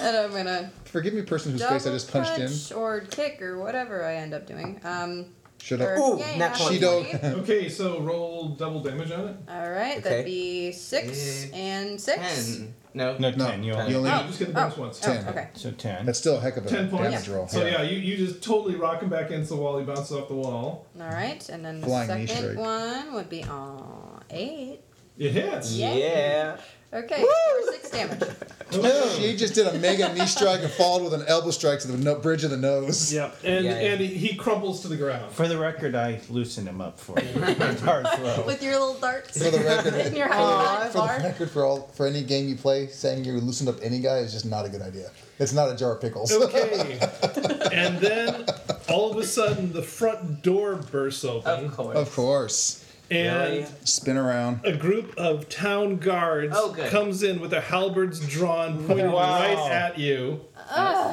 S3: and I'm gonna
S1: Forgive me, person whose face I just
S3: double
S1: punched in.
S3: punch or kick or whatever I end up doing. Um,
S1: Should
S3: or-
S1: I?
S7: Ooh,
S3: yay,
S7: nat
S3: natural
S1: 20.
S3: 20.
S4: Okay, so roll double damage on it.
S3: All right,
S7: Okay.
S3: that'd be six
S6: Eh,
S3: and six.
S6: Ten. No.
S2: no,
S1: No,
S2: 10. You
S1: you
S2: only.
S1: only.
S4: You just get the bonus
S3: Oh.
S4: once.
S3: Oh,
S1: Ten.
S3: okay.
S2: So 10.
S1: That's still a heck of a
S4: Ten points.
S1: damage roll.
S4: So yeah, you, you just totally rock him back against the wall. He bounces off the wall.
S3: All right, and then the
S1: Flying knee
S3: second
S1: strike.
S3: one would be on eight.
S4: It hits.
S3: Yeah.
S7: Yeah.
S3: Okay, for six damage.
S4: Okay.
S1: She just did a mega knee strike and followed with an elbow strike to the no- bridge of the nose.
S4: Yep. And
S7: Yeah, yeah.
S4: and he he crumbles to the ground.
S2: For the record, I loosened him up for you. Dart throw.
S3: With your little darts
S1: For the record,
S3: in your high
S1: for the
S3: bar.
S1: record, for all for any game you play, saying you loosened up any guy is just not a good idea. It's not a jar of pickles.
S4: Okay. and then all of a sudden the front door bursts open
S6: Of
S3: Oh.
S6: course.
S1: of course,
S4: and
S7: Really?
S1: spin around.
S4: a group of town guards
S6: Oh, good.
S4: comes in with their halberds drawn, pointed
S2: Wow.
S4: right at you.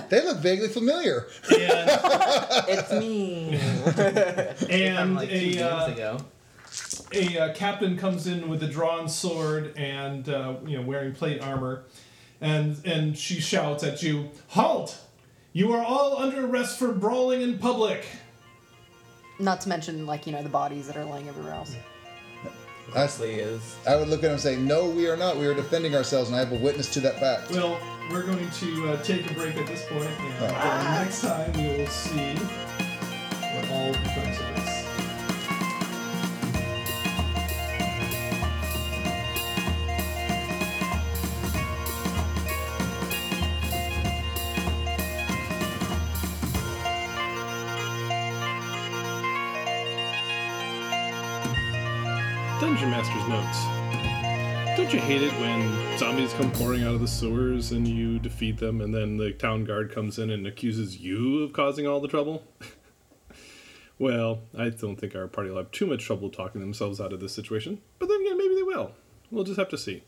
S1: They look vaguely familiar.
S4: And
S7: It's me.
S4: and
S6: From like two
S4: a
S6: games
S4: uh,
S6: ago.
S4: a uh, captain comes in with a drawn sword and uh, you know wearing plate armor, and and she shouts at you, "Halt! You are all under arrest for brawling in public."
S3: Not to mention, like, you know, the bodies that are laying everywhere else.
S1: I,
S7: Honestly is.
S1: I would look at him and say, "No, we are not. We are defending ourselves, and I have a witness to that fact."
S4: Well, we're going to uh, take a break at this point, and uh, next time we will see what all becomes of us.
S5: Dungeon Master's Notes. Don't you hate it when zombies come pouring out of the sewers and you defeat them, and then the town guard comes in and accuses you of causing all the trouble? well, I don't think our party will have too much trouble talking themselves out of this situation, but then again, maybe they will. We'll just have to see.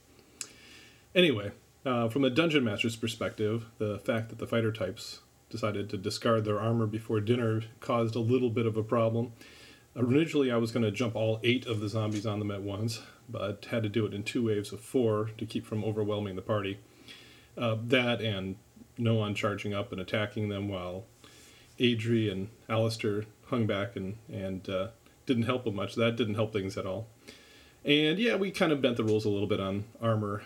S5: Anyway, Uh, from the dungeon master's perspective, the fact that the fighter types decided to discard their armor before dinner caused a little bit of a problem. Originally, I was going to jump all eight of the zombies on them at once, but had to do it in two waves of four to keep from overwhelming the party. Uh, that and no one charging up and attacking them while Adri and Alistair hung back and, and uh, didn't help them much. That didn't help things at all. And yeah, we kind of bent the rules a little bit on armor,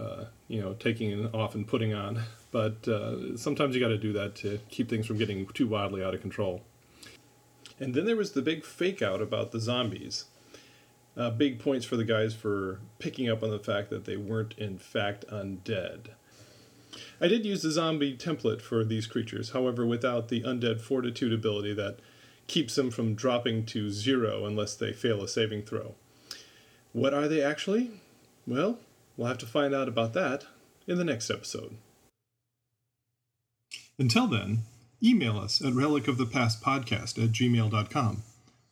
S5: uh, you know, taking it off and putting on. But uh, sometimes you got to do that to keep things from getting too wildly out of control. And then there was the big fake out about the zombies. Uh, big points for the guys for picking up on the fact that they weren't, in fact, undead. I did use the zombie template for these creatures, however, without the undead fortitude ability that keeps them from dropping to zero unless they fail a saving throw. What are they actually? Well, we'll have to find out about that in the next episode. Until then, email us at relicofthepastpodcast at gmail.com.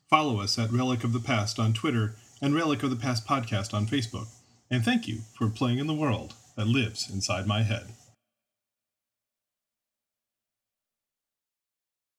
S5: Follow us at Relic of the Past on Twitter and Relic of the Past Podcast on Facebook. And thank you for playing in the world that lives inside my head.